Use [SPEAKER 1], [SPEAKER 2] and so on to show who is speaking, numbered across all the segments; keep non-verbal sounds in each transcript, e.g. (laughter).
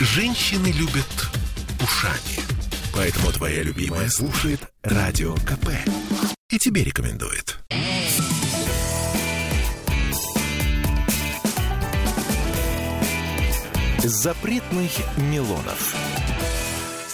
[SPEAKER 1] Женщины любят ушами. Поэтому твоя любимая слушает Радио КП. И тебе рекомендует.
[SPEAKER 2] Запретных Милонов.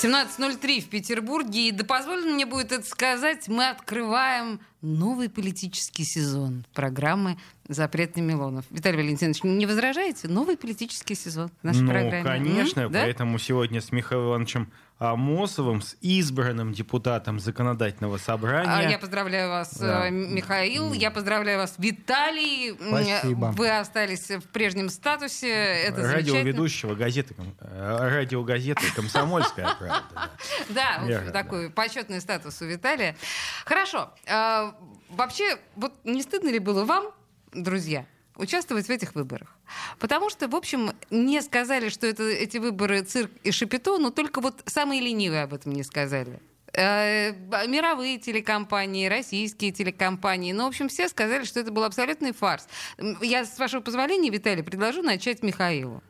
[SPEAKER 3] 17.03 в Петербурге. И да позволено мне будет это сказать, мы открываем новый политический сезон программы «Запрет на Милонов». Виталий Валентинович, не возражаете? Новый политический сезон в нашей
[SPEAKER 4] ну,
[SPEAKER 3] программе.
[SPEAKER 4] конечно,
[SPEAKER 3] М? Да?
[SPEAKER 4] поэтому сегодня с Михаилом Ивановичем Амосовым, с избранным депутатом законодательного
[SPEAKER 3] А,
[SPEAKER 4] собрания.
[SPEAKER 3] Я поздравляю вас,
[SPEAKER 4] Да.
[SPEAKER 3] э, Михаил. Я поздравляю вас, Виталий. М,
[SPEAKER 5] Спасибо.
[SPEAKER 3] Вы остались в прежнем статусе. Это замечательно.
[SPEAKER 4] радиоведущего газеты, ком- э, радиогазеты «Комсомольская правда». да.
[SPEAKER 3] Да, в
[SPEAKER 4] Я
[SPEAKER 3] общем,
[SPEAKER 4] рад,
[SPEAKER 3] такой почетный статус у Виталия. Хорошо. А, Вообще, вот не стыдно ли было вам, друзья, участвовать в этих выборах? Потому что, в общем, не сказали, что это, эти выборы цирк и шапито, но только вот самые ленивые об этом не сказали. Э, б- мировые телекомпании, российские телекомпании. Ну, в общем, все сказали, что это был абсолютный фарс. М, Я, с вашего позволения, Виталий, предложу начать Михаилу.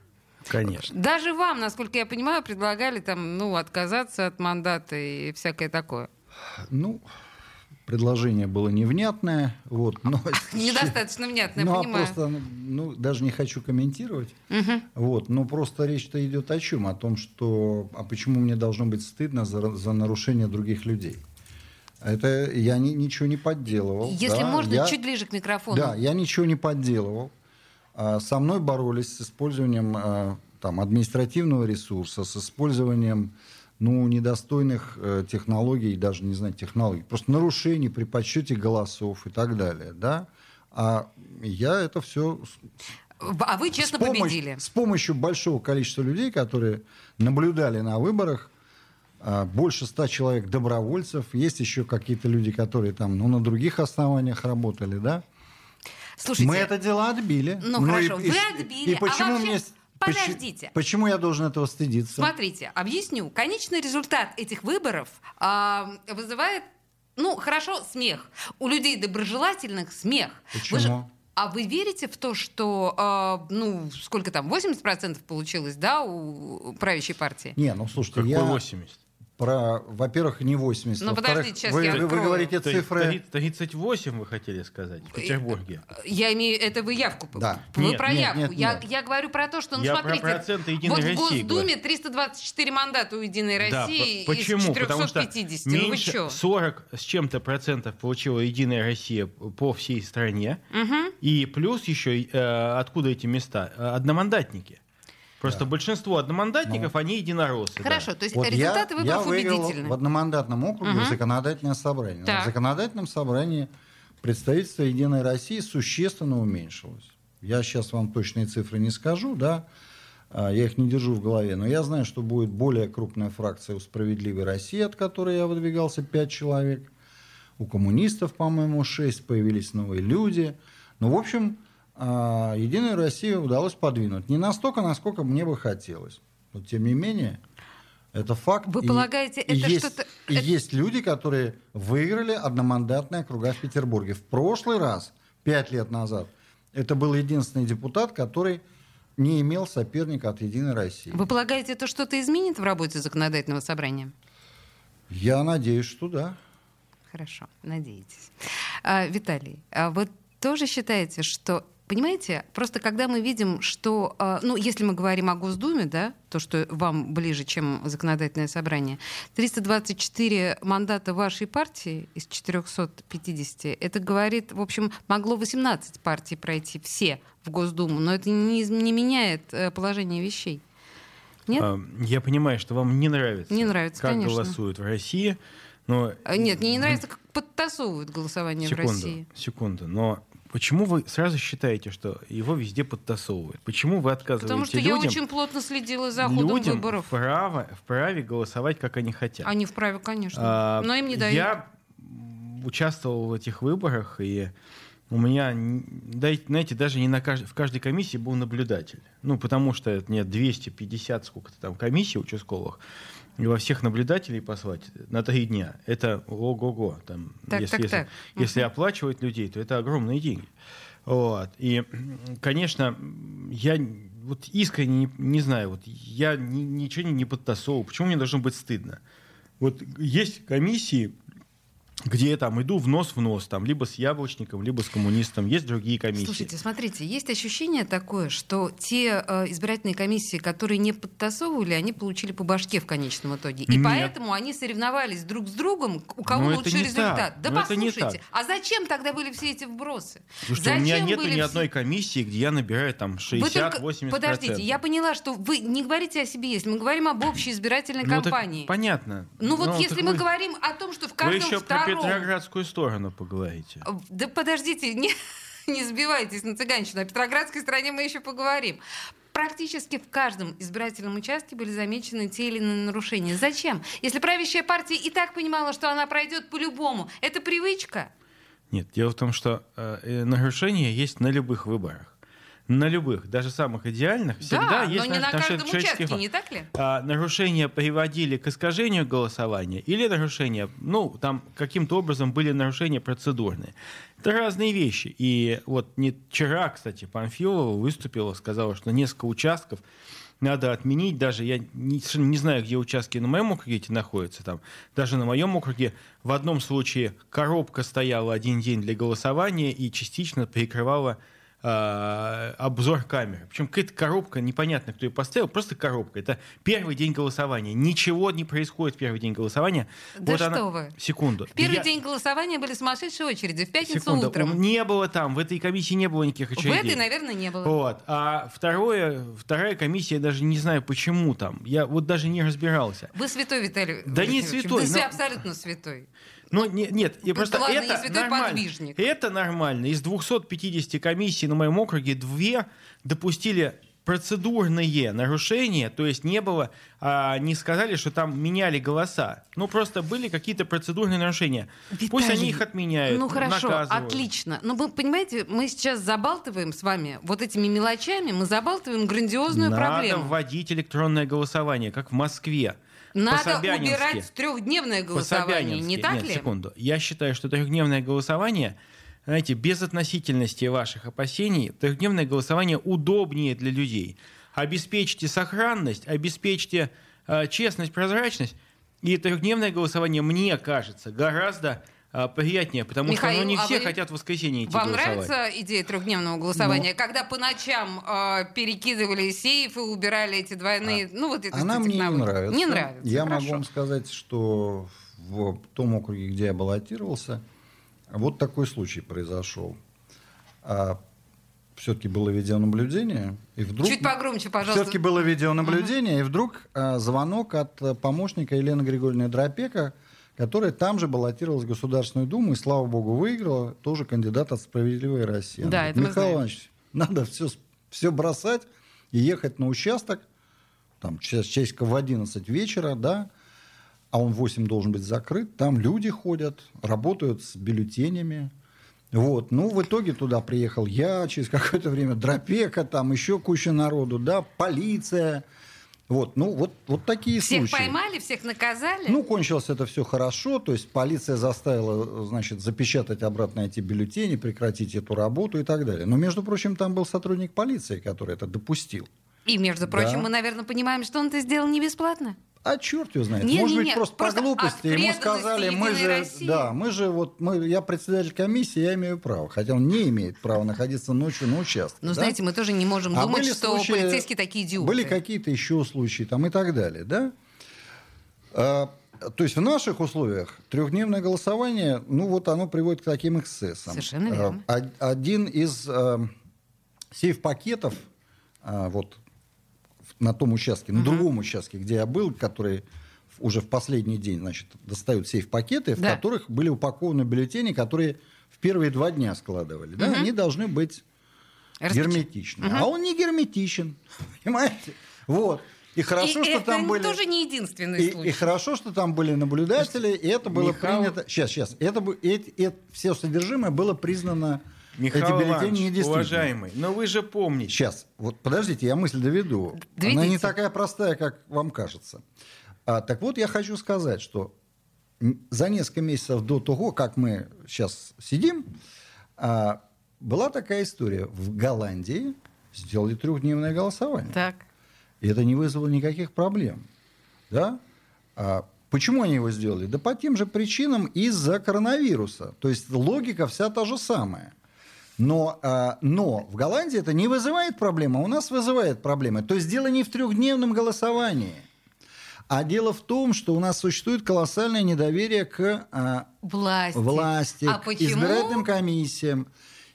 [SPEAKER 4] Конечно.
[SPEAKER 3] Даже вам, насколько я понимаю, предлагали там, ну, отказаться от мандата и всякое такое.
[SPEAKER 5] Ну, предложение было невнятное. Вот, но...
[SPEAKER 3] (laughs)
[SPEAKER 5] (laughs)
[SPEAKER 3] Недостаточно внятно, я
[SPEAKER 5] Ну, а
[SPEAKER 3] понимаю.
[SPEAKER 5] просто, ну, даже не хочу комментировать.
[SPEAKER 3] Мгм.
[SPEAKER 5] Вот, но просто речь-то идет о чем? О том, что... А почему мне должно быть стыдно за, за нарушение других людей? Это я ни- ничего не подделывал.
[SPEAKER 3] Если
[SPEAKER 5] ну, да,
[SPEAKER 3] можно,
[SPEAKER 5] я-
[SPEAKER 3] чуть ближе к микрофону.
[SPEAKER 5] Да, я ничего не подделывал. А, Со мной боролись с использованием а, там, административного ресурса, с использованием ну, недостойных э, технологий, даже не знаю, технологий, просто нарушений при подсчете голосов и так далее. Да? А я это все
[SPEAKER 3] А вы честно
[SPEAKER 5] с, помощью-
[SPEAKER 3] победили.
[SPEAKER 5] с помощью большого количества людей, которые наблюдали на выборах, а, больше ста человек добровольцев, есть еще какие-то люди, которые там ну, на других основаниях работали, да?
[SPEAKER 3] Слушайте,
[SPEAKER 5] Мы это дело отбили.
[SPEAKER 3] Ну,
[SPEAKER 5] и-
[SPEAKER 3] хорошо,
[SPEAKER 5] и,
[SPEAKER 3] вы отбили,
[SPEAKER 5] И
[SPEAKER 3] а
[SPEAKER 5] почему
[SPEAKER 3] вообще-
[SPEAKER 5] мне... с- поч-
[SPEAKER 3] подождите.
[SPEAKER 5] Почему я должен этого стыдиться?
[SPEAKER 3] смотрите, объясню. Конечный результат этих выборов а, вызывает, ну, хорошо, смех. У людей доброжелательных смех. Вы
[SPEAKER 5] Почему?
[SPEAKER 3] же- а вы верите в то, что, а, ну, сколько там, 80% получилось, да, у правящей партии?
[SPEAKER 5] Не, ну слушайте,
[SPEAKER 4] Какой
[SPEAKER 5] я
[SPEAKER 4] 80?
[SPEAKER 5] про, во-первых, не 80.
[SPEAKER 3] Ну,
[SPEAKER 5] во-вторых,
[SPEAKER 3] подождите, сейчас
[SPEAKER 5] вы,
[SPEAKER 3] я
[SPEAKER 5] вы- вы
[SPEAKER 3] открою.
[SPEAKER 5] говорите
[SPEAKER 4] Три- три-
[SPEAKER 5] цифры.
[SPEAKER 4] 38 вы хотели сказать
[SPEAKER 3] Э,
[SPEAKER 4] в Петербурге.
[SPEAKER 3] Я имею это вы явку. п-
[SPEAKER 5] Да.
[SPEAKER 3] Вы
[SPEAKER 4] Нет,
[SPEAKER 3] про
[SPEAKER 5] нет,
[SPEAKER 3] явку.
[SPEAKER 5] нет,
[SPEAKER 3] я,
[SPEAKER 5] нет.
[SPEAKER 3] я говорю про то, что ну,
[SPEAKER 4] Я про
[SPEAKER 3] смотрите,
[SPEAKER 4] проценты «Единой
[SPEAKER 3] вот в
[SPEAKER 4] России»
[SPEAKER 3] Госдуме 324 мандата у Единой
[SPEAKER 4] Да,
[SPEAKER 3] э, России
[SPEAKER 4] по- почему?
[SPEAKER 3] из
[SPEAKER 4] Потому что
[SPEAKER 3] 450. ну вы
[SPEAKER 4] меньше
[SPEAKER 3] что?
[SPEAKER 4] 40 с чем-то процентов получила Единая Россия по всей стране. И плюс еще, э, откуда эти места? Э, Одномандатники. Просто большинство одномандатников, они единороссы. да.
[SPEAKER 3] Хорошо, то есть
[SPEAKER 5] Вот я-
[SPEAKER 3] результаты
[SPEAKER 5] я
[SPEAKER 3] выборов
[SPEAKER 5] выиграл
[SPEAKER 3] убедительны.
[SPEAKER 5] в одномандатном округе законодательное собрание.
[SPEAKER 3] Так.
[SPEAKER 5] В законодательном собрании представительство «Единой России» существенно уменьшилось. Я сейчас вам точные цифры не скажу, да, а, я их не держу в голове, но я знаю, что будет более крупная фракция у «Справедливой России», от которой я выдвигался, 5 человек. У коммунистов, по-моему, 6, появились новые люди. Ну, в общем, а, «Единую Россию» удалось подвинуть. Не настолько, насколько мне бы хотелось. Но, тем не менее, это факт.
[SPEAKER 3] Вы
[SPEAKER 5] И-
[SPEAKER 3] полагаете,
[SPEAKER 5] и
[SPEAKER 3] это
[SPEAKER 5] есть-
[SPEAKER 3] что-то-
[SPEAKER 5] и
[SPEAKER 3] это-
[SPEAKER 5] есть люди, которые выиграли одномандатные округа в Петербурге. В прошлый раз, пять лет назад, это был единственный депутат, который не имел соперника от «Единой России».
[SPEAKER 3] Вы полагаете, это что-то изменит в работе законодательного собрания?
[SPEAKER 5] Я надеюсь, что да.
[SPEAKER 3] Хорошо, надеетесь. А, Виталий, а вы тоже считаете, что Понимаете, просто когда мы видим, что, а, ну, если мы говорим о Госдуме, да, то, что вам ближе, чем законодательное собрание, 324 мандата вашей партии из 450, это говорит, в общем, могло 18 партий пройти все в Госдуму, но это не, из- не меняет э, положение вещей. Нет?
[SPEAKER 4] А, Я понимаю, что вам не нравится,
[SPEAKER 3] Не нравится,
[SPEAKER 4] как
[SPEAKER 3] конечно.
[SPEAKER 4] голосуют в России. Но...
[SPEAKER 3] А, Нет, мне не нравится, как подтасовывают голосование
[SPEAKER 4] секунду,
[SPEAKER 3] в России.
[SPEAKER 4] секунду. Но почему вы сразу считаете, что его везде подтасовывают? Почему вы отказываете
[SPEAKER 3] Потому что
[SPEAKER 4] людям,
[SPEAKER 3] я очень плотно следила за ходом
[SPEAKER 4] людям
[SPEAKER 3] выборов.
[SPEAKER 4] Право, вправе голосовать, как они хотят?
[SPEAKER 3] Они вправе, конечно.
[SPEAKER 4] А,
[SPEAKER 3] Но им не дают.
[SPEAKER 4] Я м, участвовал в этих выборах, и у меня, н- да, и, знаете, даже не на кажд- в каждой комиссии был наблюдатель. Ну, потому что это нет 250 сколько-то там комиссий участковых, и во всех наблюдателей послать на три дня, это ого-го. Там,
[SPEAKER 3] Так,
[SPEAKER 4] если
[SPEAKER 3] так,
[SPEAKER 4] если-
[SPEAKER 3] так.
[SPEAKER 4] если оплачивать людей, то это огромные деньги. Вот. И, м, конечно, м, я н- вот искренне не, не знаю, вот я ни- ничего не, не подтасовывал. Почему мне должно быть стыдно? Вот есть комиссии, где я там иду в нос в нос, там, либо с яблочником, либо с коммунистом. Есть другие комиссии.
[SPEAKER 3] Слушайте, смотрите, есть ощущение такое, что те э, избирательные комиссии, которые не подтасовывали, они получили по башке в конечном итоге. И
[SPEAKER 4] Нет.
[SPEAKER 3] поэтому они соревновались друг с другом, к- у кого
[SPEAKER 4] Но это
[SPEAKER 3] лучший
[SPEAKER 4] не
[SPEAKER 3] результат.
[SPEAKER 4] так.
[SPEAKER 3] Да
[SPEAKER 4] Но это не
[SPEAKER 3] послушайте, а зачем тогда были все эти вбросы?
[SPEAKER 4] Слушайте, у меня нет ни одной комиссии, где я набираю там
[SPEAKER 3] Вы только-
[SPEAKER 4] 60-80%.
[SPEAKER 3] Подождите, я поняла, что вы не говорите о себе, если мы говорим об общей избирательной
[SPEAKER 4] Ну, так
[SPEAKER 3] кампании.
[SPEAKER 4] понятно.
[SPEAKER 3] Ну вот
[SPEAKER 4] Ну,
[SPEAKER 3] если
[SPEAKER 4] так
[SPEAKER 3] мы
[SPEAKER 4] вы-
[SPEAKER 3] говорим о том, что в
[SPEAKER 4] Вы
[SPEAKER 3] каждом
[SPEAKER 4] еще про
[SPEAKER 3] втором...
[SPEAKER 4] Петроградскую сторону поговорите.
[SPEAKER 3] Э, Да подождите, не, (laughs) не сбивайтесь на цыганщину. О Петроградской стране мы еще поговорим. Практически в каждом избирательном участке были замечены те или иные нарушения. Зачем? Если правящая партия и так понимала, что она пройдет по-любому, это привычка.
[SPEAKER 4] Нет, дело в том, что э, э, нарушения есть на любых выборах. На любых, даже самых идеальных, всегда
[SPEAKER 3] да,
[SPEAKER 4] есть
[SPEAKER 3] но не
[SPEAKER 4] нарушение
[SPEAKER 3] на каждом участке,
[SPEAKER 4] человеческих прав.
[SPEAKER 3] не так ли?
[SPEAKER 4] А, нарушения приводили к искажению голосования или нарушения, ну, там каким-то образом были нарушения процедурные. Это разные вещи. И вот не вчера, кстати, Панфилова выступила, сказала, что несколько участков надо отменить, даже я не, совершенно не знаю, где участки на моем округе эти находятся, там, даже на моем округе в одном случае коробка стояла один день для голосования и частично перекрывала а, обзор камеры. Причем какая-то коробка, непонятно, кто ее поставил, просто коробка. Это первый день голосования. Ничего не происходит в первый день голосования.
[SPEAKER 3] Да
[SPEAKER 4] Вот
[SPEAKER 3] что
[SPEAKER 4] она-
[SPEAKER 3] вы.
[SPEAKER 4] Секунду.
[SPEAKER 3] В первый
[SPEAKER 4] Я-
[SPEAKER 3] день голосования были сумасшедшие очереди. В пятницу
[SPEAKER 4] Секунду.
[SPEAKER 3] утром.
[SPEAKER 4] Не было там, в этой комиссии не было никаких
[SPEAKER 3] В
[SPEAKER 4] очередей.
[SPEAKER 3] этой, наверное, не было.
[SPEAKER 4] Вот. А второе, вторая комиссия, я даже не знаю, почему там. Я вот даже не разбирался.
[SPEAKER 3] Вы святой, Виталий.
[SPEAKER 4] Да не
[SPEAKER 3] Валентинович,
[SPEAKER 4] святой,
[SPEAKER 3] Вы
[SPEAKER 4] но-
[SPEAKER 3] свя- абсолютно святой.
[SPEAKER 4] Ну, не- нет, и
[SPEAKER 3] Ну,
[SPEAKER 4] просто
[SPEAKER 3] ладно,
[SPEAKER 4] это
[SPEAKER 3] не святой
[SPEAKER 4] нормально.
[SPEAKER 3] подвижник.
[SPEAKER 4] Это нормально. Из 250 комиссий на моем округе две допустили процедурные нарушения, то есть не было, а, не сказали, что там меняли голоса. Ну, просто были какие-то процедурные нарушения. Пусть
[SPEAKER 3] Виталий,
[SPEAKER 4] они их отменяют,
[SPEAKER 3] Ну хорошо,
[SPEAKER 4] наказывают.
[SPEAKER 3] отлично. Но вы понимаете, мы сейчас забалтываем с вами вот этими мелочами, мы забалтываем грандиозную
[SPEAKER 4] Надо
[SPEAKER 3] проблему.
[SPEAKER 4] вводить электронное голосование, как в Москве.
[SPEAKER 3] Надо
[SPEAKER 4] По-собянински.
[SPEAKER 3] убирать трехдневное голосование,
[SPEAKER 4] По-собянински.
[SPEAKER 3] не так
[SPEAKER 4] Нет,
[SPEAKER 3] ли?
[SPEAKER 4] секунду. Я считаю, что трехдневное голосование, знаете, без относительности ваших опасений, трехдневное голосование удобнее для людей. Обеспечьте сохранность, обеспечьте э, честность, прозрачность. И трехдневное голосование, мне кажется, гораздо э, приятнее, потому
[SPEAKER 3] Михаил,
[SPEAKER 4] что ну, не
[SPEAKER 3] а
[SPEAKER 4] все
[SPEAKER 3] вы-
[SPEAKER 4] хотят в воскресенье идти
[SPEAKER 3] Вам
[SPEAKER 4] голосовать. Ну.
[SPEAKER 3] нравится идея трехдневного голосования, когда по ночам э, перекидывали сейфы, убирали эти
[SPEAKER 4] А
[SPEAKER 3] двойные, ну вот это
[SPEAKER 5] Она мне не нравится.
[SPEAKER 3] Не нравится.
[SPEAKER 5] Я
[SPEAKER 3] хорошо.
[SPEAKER 5] могу вам сказать, что в том округе, где я баллотировался, вот такой случай произошел. все-таки было видеонаблюдение, и вдруг...
[SPEAKER 3] Чуть погромче, пожалуйста.
[SPEAKER 5] Все-таки было видеонаблюдение, и вдруг а, звонок от а, помощника Елены Григорьевны Дропека, которая там же баллотировалась в Государственную Думу и, слава богу, выиграла, тоже кандидат от «Справедливой России». Она
[SPEAKER 3] Да,
[SPEAKER 5] говорит,
[SPEAKER 3] это мы
[SPEAKER 5] Михаил
[SPEAKER 3] знаем.
[SPEAKER 5] Иванович, надо все, все бросать и ехать на участок, там, сейчас часика в 11 вечера, да, а он в 8 должен быть закрыт, там люди ходят, работают с бюллетенями. Вот, ну, в итоге туда приехал я, через какое-то время Дропека, там еще куча народу, да, полиция. Вот, ну, вот, вот такие
[SPEAKER 3] всех
[SPEAKER 5] случаи.
[SPEAKER 3] поймали, всех наказали.
[SPEAKER 5] Ну, кончилось это все хорошо, то есть полиция заставила, значит, запечатать обратно эти бюллетени, прекратить эту работу и так далее. Но, между прочим, там был сотрудник полиции, который это допустил.
[SPEAKER 3] И, между прочим,
[SPEAKER 5] Да.
[SPEAKER 3] мы, наверное, понимаем, что он это сделал не бесплатно.
[SPEAKER 5] А черт его знает.
[SPEAKER 3] Не,
[SPEAKER 5] Может
[SPEAKER 3] не,
[SPEAKER 5] быть,
[SPEAKER 3] не,
[SPEAKER 5] просто,
[SPEAKER 3] просто
[SPEAKER 5] по глупости
[SPEAKER 3] от
[SPEAKER 5] ему
[SPEAKER 3] преданности
[SPEAKER 5] сказали, мы
[SPEAKER 3] «Единой
[SPEAKER 5] же,
[SPEAKER 3] России».
[SPEAKER 5] да, мы же вот, мы, я председатель комиссии, я имею право, хотя он не имеет права находиться ночью на участке.
[SPEAKER 3] Ну,
[SPEAKER 5] да?
[SPEAKER 3] знаете, мы тоже не можем
[SPEAKER 5] А
[SPEAKER 3] думать,
[SPEAKER 5] были
[SPEAKER 3] что
[SPEAKER 5] случаи-
[SPEAKER 3] полицейские такие идиоты.
[SPEAKER 5] Были какие-то еще случаи там и так далее, да? А, то есть в наших условиях трехдневное голосование, ну вот оно приводит к таким эксцессам.
[SPEAKER 3] Совершенно верно.
[SPEAKER 5] А, од- один из а, сейф-пакетов а, вот в- на том участке, на другом участке, где я был, который в- уже в последний день, значит, достают сейф-пакеты, в
[SPEAKER 3] Да.
[SPEAKER 5] которых были упакованы бюллетени, которые в первые два дня складывали. Да? Они должны быть
[SPEAKER 3] Распечатки.
[SPEAKER 5] герметичный. А он не герметичен. (laughs) Понимаете? Вот. И хорошо,
[SPEAKER 3] и
[SPEAKER 5] что
[SPEAKER 3] это
[SPEAKER 5] там были.
[SPEAKER 3] тоже не единственный
[SPEAKER 5] И,
[SPEAKER 3] случай.
[SPEAKER 5] и хорошо, что там были наблюдатели, и это было
[SPEAKER 4] Михаил-
[SPEAKER 5] принято. Сейчас, сейчас. Это, бы- эти- это все содержимое было признано.
[SPEAKER 4] Михаил
[SPEAKER 5] эти бюллетени
[SPEAKER 4] Иванович,
[SPEAKER 5] недействительными.
[SPEAKER 4] уважаемый, но вы же помните.
[SPEAKER 5] Сейчас, вот подождите, я мысль доведу.
[SPEAKER 3] Доведите.
[SPEAKER 5] Она не такая простая, как вам кажется. А, так вот, я хочу сказать, что м, за несколько месяцев до того, как мы сейчас сидим, а, была такая история. В Голландии сделали трехдневное голосование.
[SPEAKER 3] Так.
[SPEAKER 5] И это не вызвало никаких проблем. Да? А почему они его сделали? Да по тем же причинам из-за коронавируса. То есть логика вся та же самая. Но, а, но в Голландии это не вызывает проблемы, а у нас вызывает проблемы. То есть дело не в трехдневном голосовании, а дело в том, что у нас существует колоссальное недоверие к а,
[SPEAKER 3] Власти.
[SPEAKER 5] власти,
[SPEAKER 3] А
[SPEAKER 5] к
[SPEAKER 3] почему?
[SPEAKER 5] избирательным комиссиям.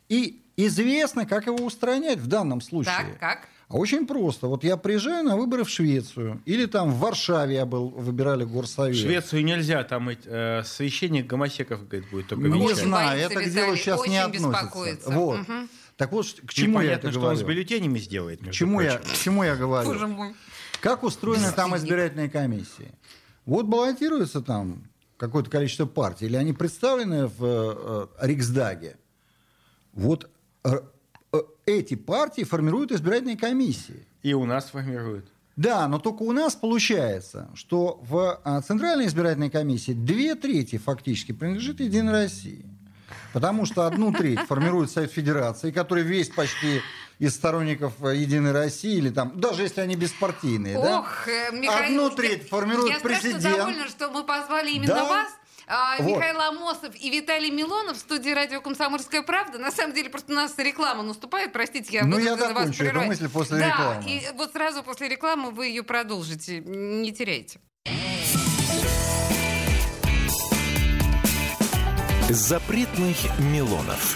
[SPEAKER 5] И известно, как его устранять в данном случае.
[SPEAKER 3] Так, как?
[SPEAKER 5] А очень просто. Вот я приезжаю на выборы в Швецию. Или там в Варшаве я был, выбирали горсовет.
[SPEAKER 4] В Швецию нельзя, там э, священник гомосеков, говорит, будет только
[SPEAKER 5] Не
[SPEAKER 4] венчать.
[SPEAKER 3] Очень
[SPEAKER 5] знаю,
[SPEAKER 3] боится
[SPEAKER 5] это к
[SPEAKER 3] Виталий,
[SPEAKER 5] делу сейчас
[SPEAKER 3] очень
[SPEAKER 5] не относится.
[SPEAKER 3] беспокоится.
[SPEAKER 5] Вот.
[SPEAKER 3] Мгм.
[SPEAKER 5] Так вот, к
[SPEAKER 4] Чему
[SPEAKER 5] чему я
[SPEAKER 4] Непонятно,
[SPEAKER 5] это
[SPEAKER 4] что он с
[SPEAKER 5] говорю?
[SPEAKER 4] бюллетенями сделает.
[SPEAKER 5] К
[SPEAKER 4] между
[SPEAKER 5] чему я,
[SPEAKER 4] прочим.
[SPEAKER 5] к чему я говорю?
[SPEAKER 3] Боже мой.
[SPEAKER 5] Как устроена там
[SPEAKER 3] Бесстыдник.
[SPEAKER 5] избирательные комиссии? Вот баллотируется там какое-то количество партий, или они представлены в э, э, Риксдаге. Вот э, э, эти партии формируют избирательные комиссии.
[SPEAKER 4] И у нас формируют.
[SPEAKER 5] Да, но только у нас получается, что в а, Центральной избирательной комиссии две трети фактически принадлежит Единой России. Потому что одну треть формирует Совет Федерации, который весь почти из сторонников э, Единой России, или там, даже если они беспартийные, да?
[SPEAKER 3] Ох, э, Михаил...
[SPEAKER 5] Одну треть формирует
[SPEAKER 3] я
[SPEAKER 5] президент.
[SPEAKER 3] Я довольна, что мы позвали именно
[SPEAKER 5] Да.
[SPEAKER 3] вас. А,
[SPEAKER 5] Вот.
[SPEAKER 3] Михаил Амосов и Виталий Милонов в студии радио «Комсомольская правда». На самом деле, просто у нас реклама наступает, простите, я
[SPEAKER 5] Ну,
[SPEAKER 3] вынуждена
[SPEAKER 5] я
[SPEAKER 3] вас
[SPEAKER 5] закончу эту
[SPEAKER 3] прервать.
[SPEAKER 5] мысль после
[SPEAKER 3] да,
[SPEAKER 5] рекламы.
[SPEAKER 3] и вот сразу после рекламы вы ее продолжите, не теряйте.
[SPEAKER 2] Запретных Милонов.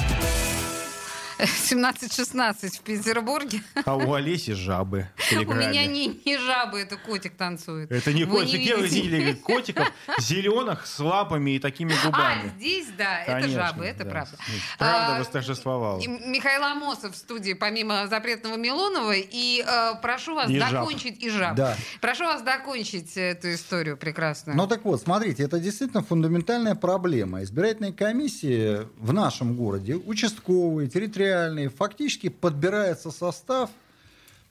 [SPEAKER 3] 17.16 в Петербурге.
[SPEAKER 4] (laughs) А у Олеси жабы. в
[SPEAKER 3] (laughs)
[SPEAKER 4] Телеграме.
[SPEAKER 3] У меня не, не жабы, это котик танцует.
[SPEAKER 4] Это не
[SPEAKER 3] Вы
[SPEAKER 4] котик. Где вы
[SPEAKER 3] видите? (laughs)
[SPEAKER 4] видели котиков зеленых с лапами и такими
[SPEAKER 3] А,
[SPEAKER 4] губами?
[SPEAKER 3] здесь, да, это
[SPEAKER 4] Конечно,
[SPEAKER 3] жабы, это
[SPEAKER 4] да. Ну,
[SPEAKER 3] правда.
[SPEAKER 4] Правда
[SPEAKER 3] А,
[SPEAKER 4] восторжествовала.
[SPEAKER 3] И Михаил Амосов в студии, помимо запретного Милонова. И э, прошу вас
[SPEAKER 4] И жаб.
[SPEAKER 3] докончить и жаб.
[SPEAKER 5] Да.
[SPEAKER 3] Прошу вас докончить э, эту историю прекрасную.
[SPEAKER 5] Ну так вот, смотрите, это действительно фундаментальная проблема. Избирательные комиссии в нашем городе, участковые, территориальные, фактически подбирается состав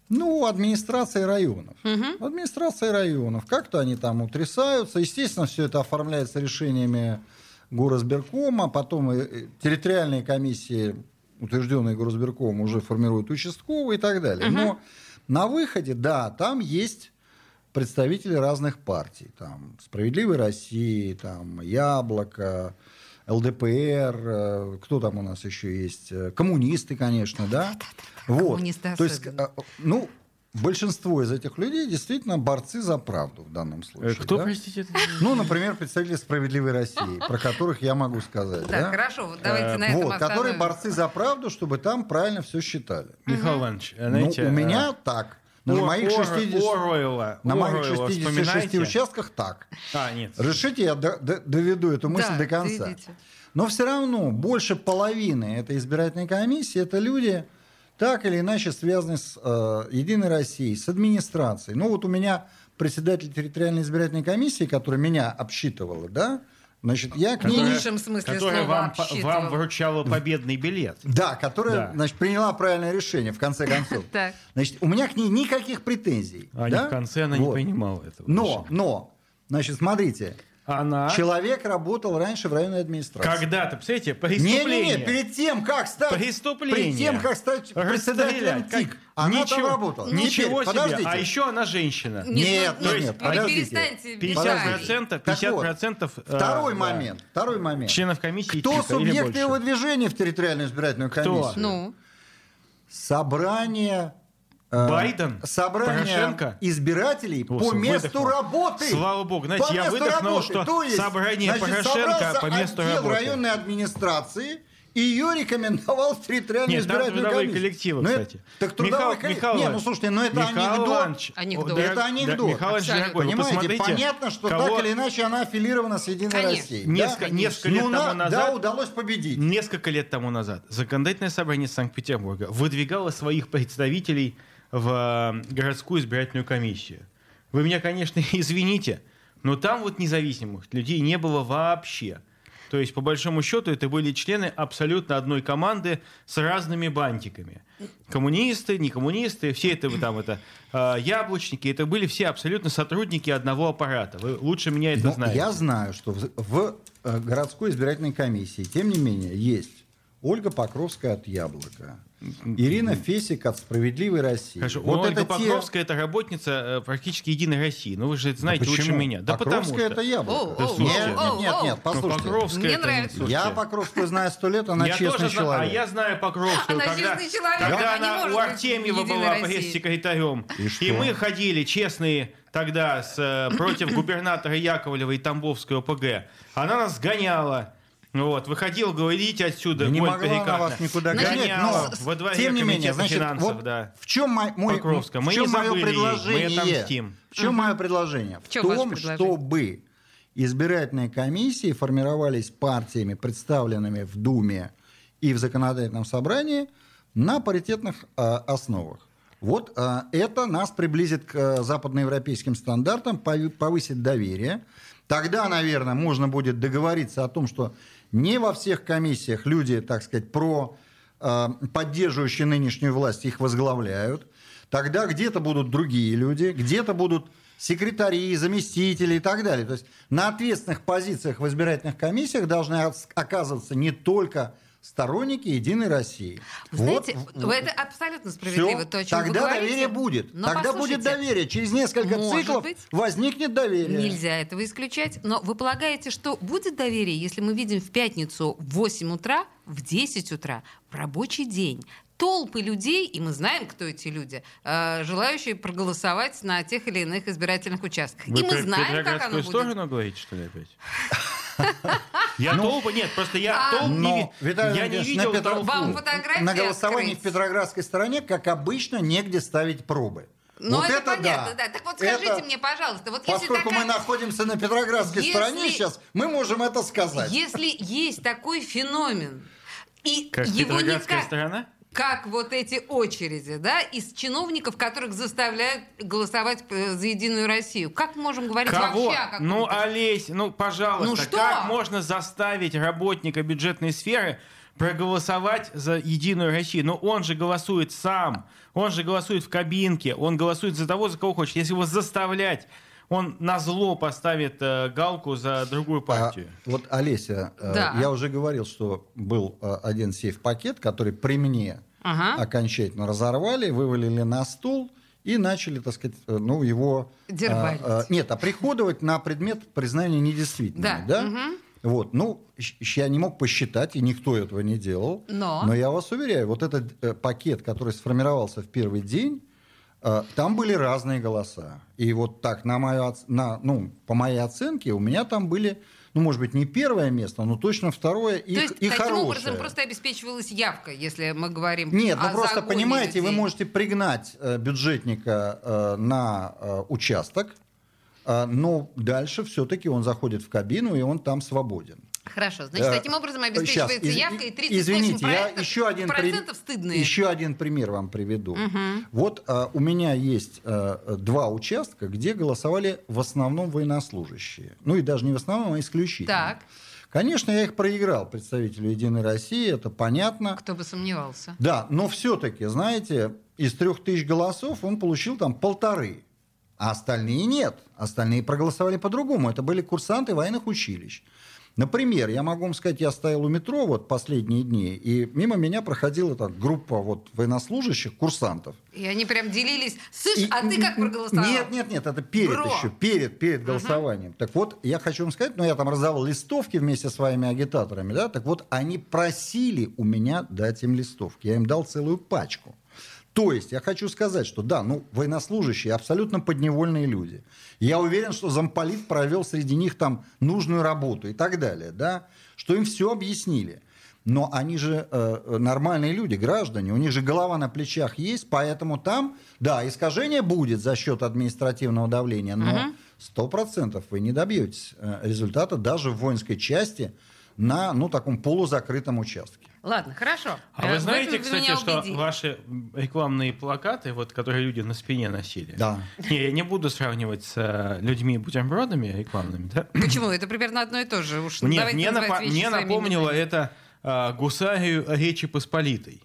[SPEAKER 5] ну, администрации районов. Администрации районов. Как-то они там утрясаются. Естественно, все это оформляется решениями горосберкома, потом и- и территориальные комиссии, утвержденные горосберком, уже формируют участковые и так далее. Но на выходе, да, там есть представители разных партий. Там «Справедливой России», там «Яблоко», ЛДПР, э, кто там у нас еще есть? Э, Коммунисты, конечно, да? Вот.
[SPEAKER 3] Коммунисты
[SPEAKER 5] То есть,
[SPEAKER 3] особенно.
[SPEAKER 5] э, ну, большинство из этих людей действительно борцы за правду в данном
[SPEAKER 4] Э,
[SPEAKER 5] случае.
[SPEAKER 4] Кто,
[SPEAKER 5] да?
[SPEAKER 4] простите? это?
[SPEAKER 5] Ну, например, представители «Справедливой России», про которых я могу сказать.
[SPEAKER 3] так,
[SPEAKER 5] да? Э,
[SPEAKER 3] хорошо, вот давайте на этом
[SPEAKER 5] вот, которые
[SPEAKER 3] остановимся.
[SPEAKER 5] борцы за правду, чтобы там правильно все считали.
[SPEAKER 4] Михаил Иванович,
[SPEAKER 5] Ну,
[SPEAKER 4] знаете...
[SPEAKER 5] у
[SPEAKER 4] э, ну,
[SPEAKER 5] меня так. Но на
[SPEAKER 4] Ор-
[SPEAKER 5] моих
[SPEAKER 4] Ор-
[SPEAKER 5] 60...
[SPEAKER 4] Оруэлла.
[SPEAKER 5] На моих
[SPEAKER 4] Оруэлла
[SPEAKER 5] 66
[SPEAKER 4] вспоминаете?
[SPEAKER 5] участках так.
[SPEAKER 4] А, нет.
[SPEAKER 5] Решите, я до- до- доведу эту мысль
[SPEAKER 3] Да,
[SPEAKER 5] до конца.
[SPEAKER 3] доведите.
[SPEAKER 5] Но все равно больше половины этой избирательной комиссии это люди, так или иначе связанные с э, Единой Россией, с администрацией. Ну вот у меня председатель территориальной избирательной комиссии, которая меня обсчитывала, да, значит, я к
[SPEAKER 3] В
[SPEAKER 5] ней...
[SPEAKER 4] Которая-
[SPEAKER 3] лучшем смысле
[SPEAKER 4] которая
[SPEAKER 3] слова
[SPEAKER 4] вам, по-
[SPEAKER 3] обсчитывала.
[SPEAKER 4] вам вручала победный билет.
[SPEAKER 5] Да, которая,
[SPEAKER 4] Да.
[SPEAKER 5] значит, приняла правильное решение, в конце концов.
[SPEAKER 3] (laughs) Так.
[SPEAKER 5] Значит, у меня к ней никаких претензий.
[SPEAKER 4] А не
[SPEAKER 5] да?
[SPEAKER 4] в конце она не
[SPEAKER 5] Вот.
[SPEAKER 4] понимала этого.
[SPEAKER 5] Но, но, значит, смотрите,
[SPEAKER 4] Она
[SPEAKER 5] человек работал раньше в районной администрации.
[SPEAKER 4] когда-то, представляете,
[SPEAKER 5] Не,
[SPEAKER 4] преступление.
[SPEAKER 5] не, не, перед тем, как стать,
[SPEAKER 4] Преступление.
[SPEAKER 5] перед тем, как стать председателем
[SPEAKER 4] Расстрелять, как-
[SPEAKER 5] ТИК, она там работала.
[SPEAKER 4] Ничего
[SPEAKER 5] Теперь, подождите.
[SPEAKER 4] себе. А еще она женщина.
[SPEAKER 3] Нет,
[SPEAKER 5] Нет,
[SPEAKER 3] ну,
[SPEAKER 5] нет,
[SPEAKER 3] ну,
[SPEAKER 5] нет,
[SPEAKER 3] вы
[SPEAKER 5] подождите.
[SPEAKER 3] перестаньте,
[SPEAKER 4] 50%,
[SPEAKER 3] Виталий.
[SPEAKER 5] Так вот,
[SPEAKER 4] 50%, э,
[SPEAKER 5] Второй
[SPEAKER 4] да,
[SPEAKER 5] момент, второй момент.
[SPEAKER 4] Членов комиссии
[SPEAKER 5] Кто
[SPEAKER 4] типа или
[SPEAKER 5] субъект
[SPEAKER 4] больше.
[SPEAKER 5] его движения в территориальную избирательную комиссию?
[SPEAKER 3] Ну,
[SPEAKER 5] Собрание э,
[SPEAKER 4] Байден?
[SPEAKER 5] собрание
[SPEAKER 4] Порошенко?
[SPEAKER 5] избирателей
[SPEAKER 4] О,
[SPEAKER 5] по
[SPEAKER 4] всё,
[SPEAKER 5] месту
[SPEAKER 4] выдохнул.
[SPEAKER 5] работы.
[SPEAKER 4] Слава богу. Знаете,
[SPEAKER 5] По
[SPEAKER 4] я
[SPEAKER 5] месту
[SPEAKER 4] выдохнул,
[SPEAKER 5] работы.
[SPEAKER 4] что
[SPEAKER 5] То есть,
[SPEAKER 4] собрание
[SPEAKER 5] значит,
[SPEAKER 4] Порошенко
[SPEAKER 5] собрался
[SPEAKER 4] по месту
[SPEAKER 5] отдел
[SPEAKER 4] работы.
[SPEAKER 5] районной администрации и ее рекомендовал в территориальную
[SPEAKER 4] Нет, там
[SPEAKER 5] избирательную
[SPEAKER 4] трудовые
[SPEAKER 5] комиссию.
[SPEAKER 4] коллективы,
[SPEAKER 5] Ну, это-
[SPEAKER 4] кстати.
[SPEAKER 5] так трудовые
[SPEAKER 4] Михаил-
[SPEAKER 5] коллективы.
[SPEAKER 4] Михаил
[SPEAKER 5] Не, ну
[SPEAKER 4] Иванович,
[SPEAKER 5] слушайте, ну это
[SPEAKER 4] Михаил
[SPEAKER 5] анекдот.
[SPEAKER 4] Иванович,
[SPEAKER 3] Анекдот.
[SPEAKER 4] дорог-
[SPEAKER 5] Это
[SPEAKER 4] да,
[SPEAKER 5] анекдот.
[SPEAKER 4] Михаил Иванович,
[SPEAKER 3] Абсолютно.
[SPEAKER 4] дорогой, вы
[SPEAKER 5] Понимаете,
[SPEAKER 4] ну, посмотрите,
[SPEAKER 5] понятно, что
[SPEAKER 4] кого-
[SPEAKER 5] так или иначе она аффилирована с Единой
[SPEAKER 3] Конечно.
[SPEAKER 5] Россией.
[SPEAKER 4] Несколько-
[SPEAKER 5] да?
[SPEAKER 4] несколько лет
[SPEAKER 5] Ну,
[SPEAKER 4] тому
[SPEAKER 5] на- Да,
[SPEAKER 4] назад-
[SPEAKER 5] удалось победить.
[SPEAKER 4] Несколько лет тому назад законодательное собрание Санкт-Петербурга выдвигало своих представителей в э, городскую избирательную комиссию. Вы меня, конечно, (laughs) извините, Но там вот независимых людей не было вообще. То есть, по большому счету, это были члены абсолютно одной команды с разными бантиками. Коммунисты, не коммунисты, все это там это э, яблочники, это были все абсолютно сотрудники одного аппарата. Вы лучше меня это
[SPEAKER 5] Но
[SPEAKER 4] знаете.
[SPEAKER 5] Ну, Я знаю, что в, в, э, городской избирательной комиссии, тем не менее, есть Ольга Покровская от «Яблока», Ирина Фесик от «Справедливой России».
[SPEAKER 4] Хорошо.
[SPEAKER 5] Вот
[SPEAKER 4] Ольга
[SPEAKER 5] это те-
[SPEAKER 4] Покровская это работница э, практически Единой России. Ну вы же это
[SPEAKER 5] Да
[SPEAKER 4] знаете лучше
[SPEAKER 5] почему?
[SPEAKER 4] меня. Да потому
[SPEAKER 5] Покровская
[SPEAKER 4] что.
[SPEAKER 5] это «Яблоко».
[SPEAKER 4] Да
[SPEAKER 3] Оу,
[SPEAKER 4] слушайте.
[SPEAKER 5] Нет,
[SPEAKER 3] оу,
[SPEAKER 5] нет, нет,
[SPEAKER 3] оу.
[SPEAKER 5] нет,
[SPEAKER 4] Ну,
[SPEAKER 5] послушайте.
[SPEAKER 4] Покровская
[SPEAKER 3] Мне
[SPEAKER 4] это,
[SPEAKER 3] нравится.
[SPEAKER 4] слушайте.
[SPEAKER 5] Я Покровскую знаю сто лет, она
[SPEAKER 4] я
[SPEAKER 5] честный
[SPEAKER 4] тоже знаю, а
[SPEAKER 5] человек.
[SPEAKER 4] я знаю Покровскую,
[SPEAKER 3] Она
[SPEAKER 4] когда,
[SPEAKER 3] честный человек,
[SPEAKER 4] когда
[SPEAKER 3] она не
[SPEAKER 4] она
[SPEAKER 3] может
[SPEAKER 4] у
[SPEAKER 3] быть
[SPEAKER 4] Артемьева
[SPEAKER 3] в «Единой
[SPEAKER 4] была
[SPEAKER 3] России».
[SPEAKER 4] пресс-секретарем.
[SPEAKER 5] И что?
[SPEAKER 4] мы ходили честные тогда с, э, против губернатора Яковлева и Тамбовской ОПГ. Она нас гоняла. Вот, выходил, говорите отсюда,
[SPEAKER 5] Я не
[SPEAKER 4] Голь
[SPEAKER 5] могла
[SPEAKER 4] Перекатна.
[SPEAKER 5] на вас никуда
[SPEAKER 3] Значит,
[SPEAKER 5] гонять,
[SPEAKER 4] гоняла
[SPEAKER 5] но
[SPEAKER 4] во дворе
[SPEAKER 5] тем не менее,
[SPEAKER 4] комитета
[SPEAKER 5] значит,
[SPEAKER 4] финансов,
[SPEAKER 5] вот
[SPEAKER 4] да.
[SPEAKER 5] в чем, мой, мой-
[SPEAKER 4] Покровская.
[SPEAKER 5] в
[SPEAKER 4] Мы
[SPEAKER 5] чем
[SPEAKER 4] не
[SPEAKER 5] мое
[SPEAKER 4] забыли ее,
[SPEAKER 5] предложение?
[SPEAKER 4] мы отомстим.
[SPEAKER 5] В чем мое предложение?
[SPEAKER 3] В
[SPEAKER 5] В,
[SPEAKER 3] чем
[SPEAKER 5] том,
[SPEAKER 3] ваше предложение?
[SPEAKER 5] чтобы избирательные комиссии формировались партиями, представленными в Думе и в законодательном собрании на паритетных а, основах. Вот а, это нас приблизит к а, западноевропейским стандартам, пови- повысит доверие. Тогда, наверное, можно будет договориться о том, что не во всех комиссиях люди, так сказать, про э, поддерживающие нынешнюю власть их возглавляют. Тогда где-то будут другие люди, где-то будут секретари, заместители и так далее. То есть на ответственных позициях в избирательных комиссиях должны ос- оказываться не только сторонники «Единой России».
[SPEAKER 3] Вы Знаете,
[SPEAKER 5] Вот,
[SPEAKER 3] вы- это абсолютно
[SPEAKER 5] всё.
[SPEAKER 3] справедливо, то, о чем
[SPEAKER 5] Тогда
[SPEAKER 3] вы говорите.
[SPEAKER 5] доверие будет.
[SPEAKER 3] Но
[SPEAKER 5] Тогда будет
[SPEAKER 3] послушайте,
[SPEAKER 5] доверие. Через несколько
[SPEAKER 3] может
[SPEAKER 5] циклов
[SPEAKER 3] быть,
[SPEAKER 5] возникнет доверие.
[SPEAKER 3] Нельзя этого исключать. Но вы полагаете, что будет доверие, если мы видим в пятницу в 8 утра, в 10 утра, в рабочий день, толпы людей, и мы знаем, кто эти люди, э, желающие проголосовать на тех или иных избирательных участках.
[SPEAKER 4] Вы
[SPEAKER 3] и мы
[SPEAKER 4] про
[SPEAKER 3] знаем, как оно
[SPEAKER 4] Петроградскую
[SPEAKER 3] будет.
[SPEAKER 4] сторону говорите, что ли, опять?
[SPEAKER 3] (laughs)
[SPEAKER 4] Я толпа, нет, просто я
[SPEAKER 3] А,
[SPEAKER 4] толп не,
[SPEAKER 5] Ну, Но,
[SPEAKER 4] ви-
[SPEAKER 5] Виталий
[SPEAKER 4] я не
[SPEAKER 5] Владимирович, на,
[SPEAKER 4] видел
[SPEAKER 5] Петро-
[SPEAKER 4] толпу.
[SPEAKER 3] Вам фотографии
[SPEAKER 5] на голосовании
[SPEAKER 3] открыть.
[SPEAKER 5] в Петроградской стороне, как обычно, негде ставить пробы.
[SPEAKER 3] Ну,
[SPEAKER 5] Вот
[SPEAKER 3] это,
[SPEAKER 5] да.
[SPEAKER 3] понятно, да. Так вот
[SPEAKER 5] Это-
[SPEAKER 3] скажите мне, пожалуйста, вот если
[SPEAKER 5] Поскольку
[SPEAKER 3] такая...
[SPEAKER 5] мы находимся на Петроградской
[SPEAKER 3] Если-
[SPEAKER 5] стороне сейчас, мы можем это сказать.
[SPEAKER 3] Если есть такой феномен, и
[SPEAKER 4] Как
[SPEAKER 3] его
[SPEAKER 4] Петроградская
[SPEAKER 3] никак...
[SPEAKER 4] сторона?
[SPEAKER 3] Как вот эти очереди, да, из чиновников, которых заставляют голосовать э, за Единую Россию. Как мы можем говорить
[SPEAKER 4] Кого?
[SPEAKER 3] вообще о каком-то?
[SPEAKER 4] Ну, Олесь, ну, пожалуйста,
[SPEAKER 3] Ну что?
[SPEAKER 4] как можно заставить работника бюджетной сферы проголосовать за Единую Россию? Но он же голосует сам, он же голосует в кабинке, он голосует за того, за кого хочет. Если его заставлять, он на зло поставит э, галку за другую
[SPEAKER 5] А,
[SPEAKER 4] партию.
[SPEAKER 5] вот, Олеся, э,
[SPEAKER 3] Да.
[SPEAKER 5] я уже говорил, что был э, один сейф-пакет, который при мне
[SPEAKER 3] Ага.
[SPEAKER 5] окончательно разорвали, вывалили на стул и начали, так сказать, э, ну, его... э,
[SPEAKER 3] Дербанить.
[SPEAKER 5] э, нет, оприходовать на предмет признания
[SPEAKER 3] Да.
[SPEAKER 5] недействительным. Да.
[SPEAKER 3] Мгм.
[SPEAKER 5] Вот, ну, щ- я не мог посчитать, и никто этого не делал.
[SPEAKER 3] Но?
[SPEAKER 5] я вас уверяю, вот этот э, пакет, который сформировался в первый день, э, там были разные голоса. И вот так, на мою оц- на, ну, по моей оценке, у меня там были, ну, может быть, не первое место, но точно второе и,
[SPEAKER 3] То есть
[SPEAKER 5] и
[SPEAKER 3] таким
[SPEAKER 5] хорошее.
[SPEAKER 3] образом просто а обеспечивалась явка, если мы говорим
[SPEAKER 5] Нет,
[SPEAKER 3] о
[SPEAKER 5] ну просто
[SPEAKER 3] загоне
[SPEAKER 5] понимаете, вы
[SPEAKER 3] людей.
[SPEAKER 5] можете пригнать э, бюджетника э, на э, участок, э, но дальше все-таки он заходит в кабину, и он там свободен.
[SPEAKER 3] Хорошо, значит,
[SPEAKER 5] Э,
[SPEAKER 3] таким образом обеспечивается
[SPEAKER 5] щас, из-
[SPEAKER 3] явка, и 38%
[SPEAKER 5] Извините, я еще один, при-
[SPEAKER 3] процентов стыдные.
[SPEAKER 5] еще один пример вам приведу. Вот э, у меня есть э, э, два участка, где голосовали в основном военнослужащие. Ну и даже не в основном, а исключительно.
[SPEAKER 3] Так.
[SPEAKER 5] Конечно, я их проиграл представителю «Единой России», это понятно.
[SPEAKER 3] Кто бы сомневался.
[SPEAKER 5] Да, но все-таки, знаете, из трех тысяч голосов он получил там полторы, а остальные нет. Остальные проголосовали по-другому. Это были курсанты военных училищ. Например, я могу вам сказать, я стоял у метро вот последние дни, и мимо меня проходила так группа вот военнослужащих, курсантов.
[SPEAKER 3] И они прям делились. Слышь,
[SPEAKER 5] И-
[SPEAKER 3] а ты как проголосовал?
[SPEAKER 5] Нет, нет, нет, это перед
[SPEAKER 3] Бро.
[SPEAKER 5] еще, перед, перед голосованием. Так вот, я хочу вам сказать, ну, я там раздавал листовки вместе с своими агитаторами, да, так вот, они просили у меня дать им листовки. Я им дал целую пачку. То есть, я хочу сказать, что да, ну, военнослужащие абсолютно подневольные люди. Я уверен, что замполит провел среди них там нужную работу и так далее, да, что им все объяснили. Но они же э, нормальные люди, граждане, у них же голова на плечах есть, поэтому там, да, искажение будет за счет административного давления, но сто процентов вы не добьетесь э, результата даже в воинской части на ну, таком полузакрытом участке.
[SPEAKER 3] Ладно, хорошо.
[SPEAKER 4] А
[SPEAKER 3] Э,
[SPEAKER 4] вы
[SPEAKER 3] в
[SPEAKER 4] знаете,
[SPEAKER 3] этом вы меня
[SPEAKER 4] кстати, что
[SPEAKER 3] убедили.
[SPEAKER 4] ваши рекламные плакаты, вот, которые люди на спине носили,
[SPEAKER 5] Да.
[SPEAKER 4] не, я не буду сравнивать с э, людьми-бутербродами рекламными, да?
[SPEAKER 3] Почему? Это примерно одно и то же. Уж
[SPEAKER 4] Мне,
[SPEAKER 3] Ну, давайте
[SPEAKER 4] мне
[SPEAKER 3] называть
[SPEAKER 4] напа-
[SPEAKER 3] вещи
[SPEAKER 4] мне
[SPEAKER 3] своими
[SPEAKER 4] напомнило
[SPEAKER 3] именами.
[SPEAKER 4] это а, гусарию Речи Посполитой.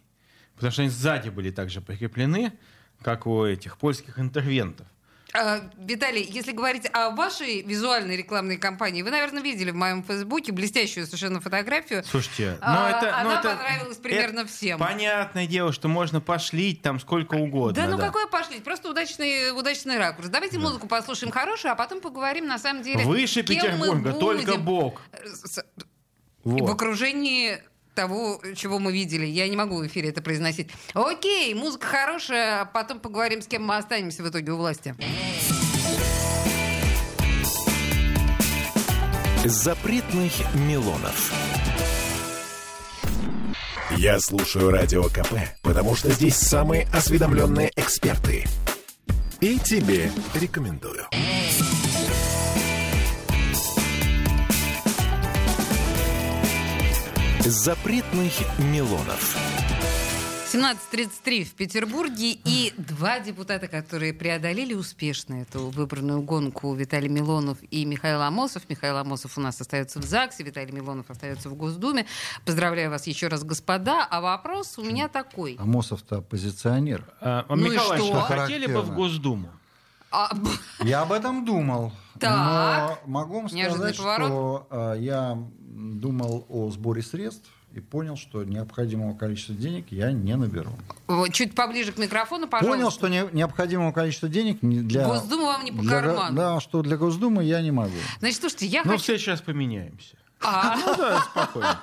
[SPEAKER 4] Потому что они сзади были также прикреплены, как у этих польских интервентов.
[SPEAKER 3] А, Виталий, если говорить о вашей визуальной рекламной кампании, вы, наверное, видели в моем Фейсбуке блестящую совершенно фотографию.
[SPEAKER 4] Слушайте, ну
[SPEAKER 3] А,
[SPEAKER 4] это... ну
[SPEAKER 3] она
[SPEAKER 4] это-
[SPEAKER 3] понравилась
[SPEAKER 4] это
[SPEAKER 3] примерно всем.
[SPEAKER 4] Понятное дело, что можно пошлить там сколько угодно.
[SPEAKER 3] да ну какое пошли, просто удачный, удачный ракурс. Давайте музыку послушаем хорошую, а потом поговорим на самом деле.
[SPEAKER 4] Выше
[SPEAKER 3] кем мы
[SPEAKER 4] Петербурга,
[SPEAKER 3] будем
[SPEAKER 4] только Бог.
[SPEAKER 3] с-
[SPEAKER 4] Вот.
[SPEAKER 3] в окружении того, чего мы видели. Я не могу в эфире это произносить. Окей, музыка хорошая, а потом поговорим, с кем мы останемся в итоге у власти.
[SPEAKER 2] Запретных Милонов.
[SPEAKER 1] Я слушаю Радио КП, потому что здесь самые осведомленные эксперты. И тебе рекомендую.
[SPEAKER 2] Запретных Милонов.
[SPEAKER 3] 17.33 в Петербурге и два депутата, которые преодолели успешно эту выбранную гонку Виталий Милонов и Михаил Амосов. Михаил Амосов у нас остается в ЗАГСе, Виталий Милонов остается в Госдуме. Поздравляю вас еще раз, господа. А вопрос у меня такой.
[SPEAKER 5] Амосов-то оппозиционер.
[SPEAKER 4] А,
[SPEAKER 3] Ну и
[SPEAKER 4] Михаил
[SPEAKER 3] что?
[SPEAKER 4] Иванович, вы хотели бы в
[SPEAKER 5] Характерно.
[SPEAKER 4] Госдуму?
[SPEAKER 3] А, (laughs)
[SPEAKER 5] Я об этом думал.
[SPEAKER 3] Так.
[SPEAKER 5] Но могу вам
[SPEAKER 3] Неожиданный
[SPEAKER 5] сказать,
[SPEAKER 3] поворот.
[SPEAKER 5] что э, я м, думал о сборе средств и понял, что необходимого количества денег я не наберу.
[SPEAKER 3] вот чуть поближе к микрофону,
[SPEAKER 5] Понял,
[SPEAKER 3] пожалуйста.
[SPEAKER 5] что не- необходимого количества денег не- для...
[SPEAKER 3] Госдума вам не по
[SPEAKER 5] для го-
[SPEAKER 3] карману.
[SPEAKER 5] Да, что для Госдумы я не могу.
[SPEAKER 3] Значит, слушайте, я
[SPEAKER 4] Ну, (laughs)
[SPEAKER 3] хочу...
[SPEAKER 4] все сейчас поменяемся.
[SPEAKER 3] А,
[SPEAKER 4] Ну да, спокойно.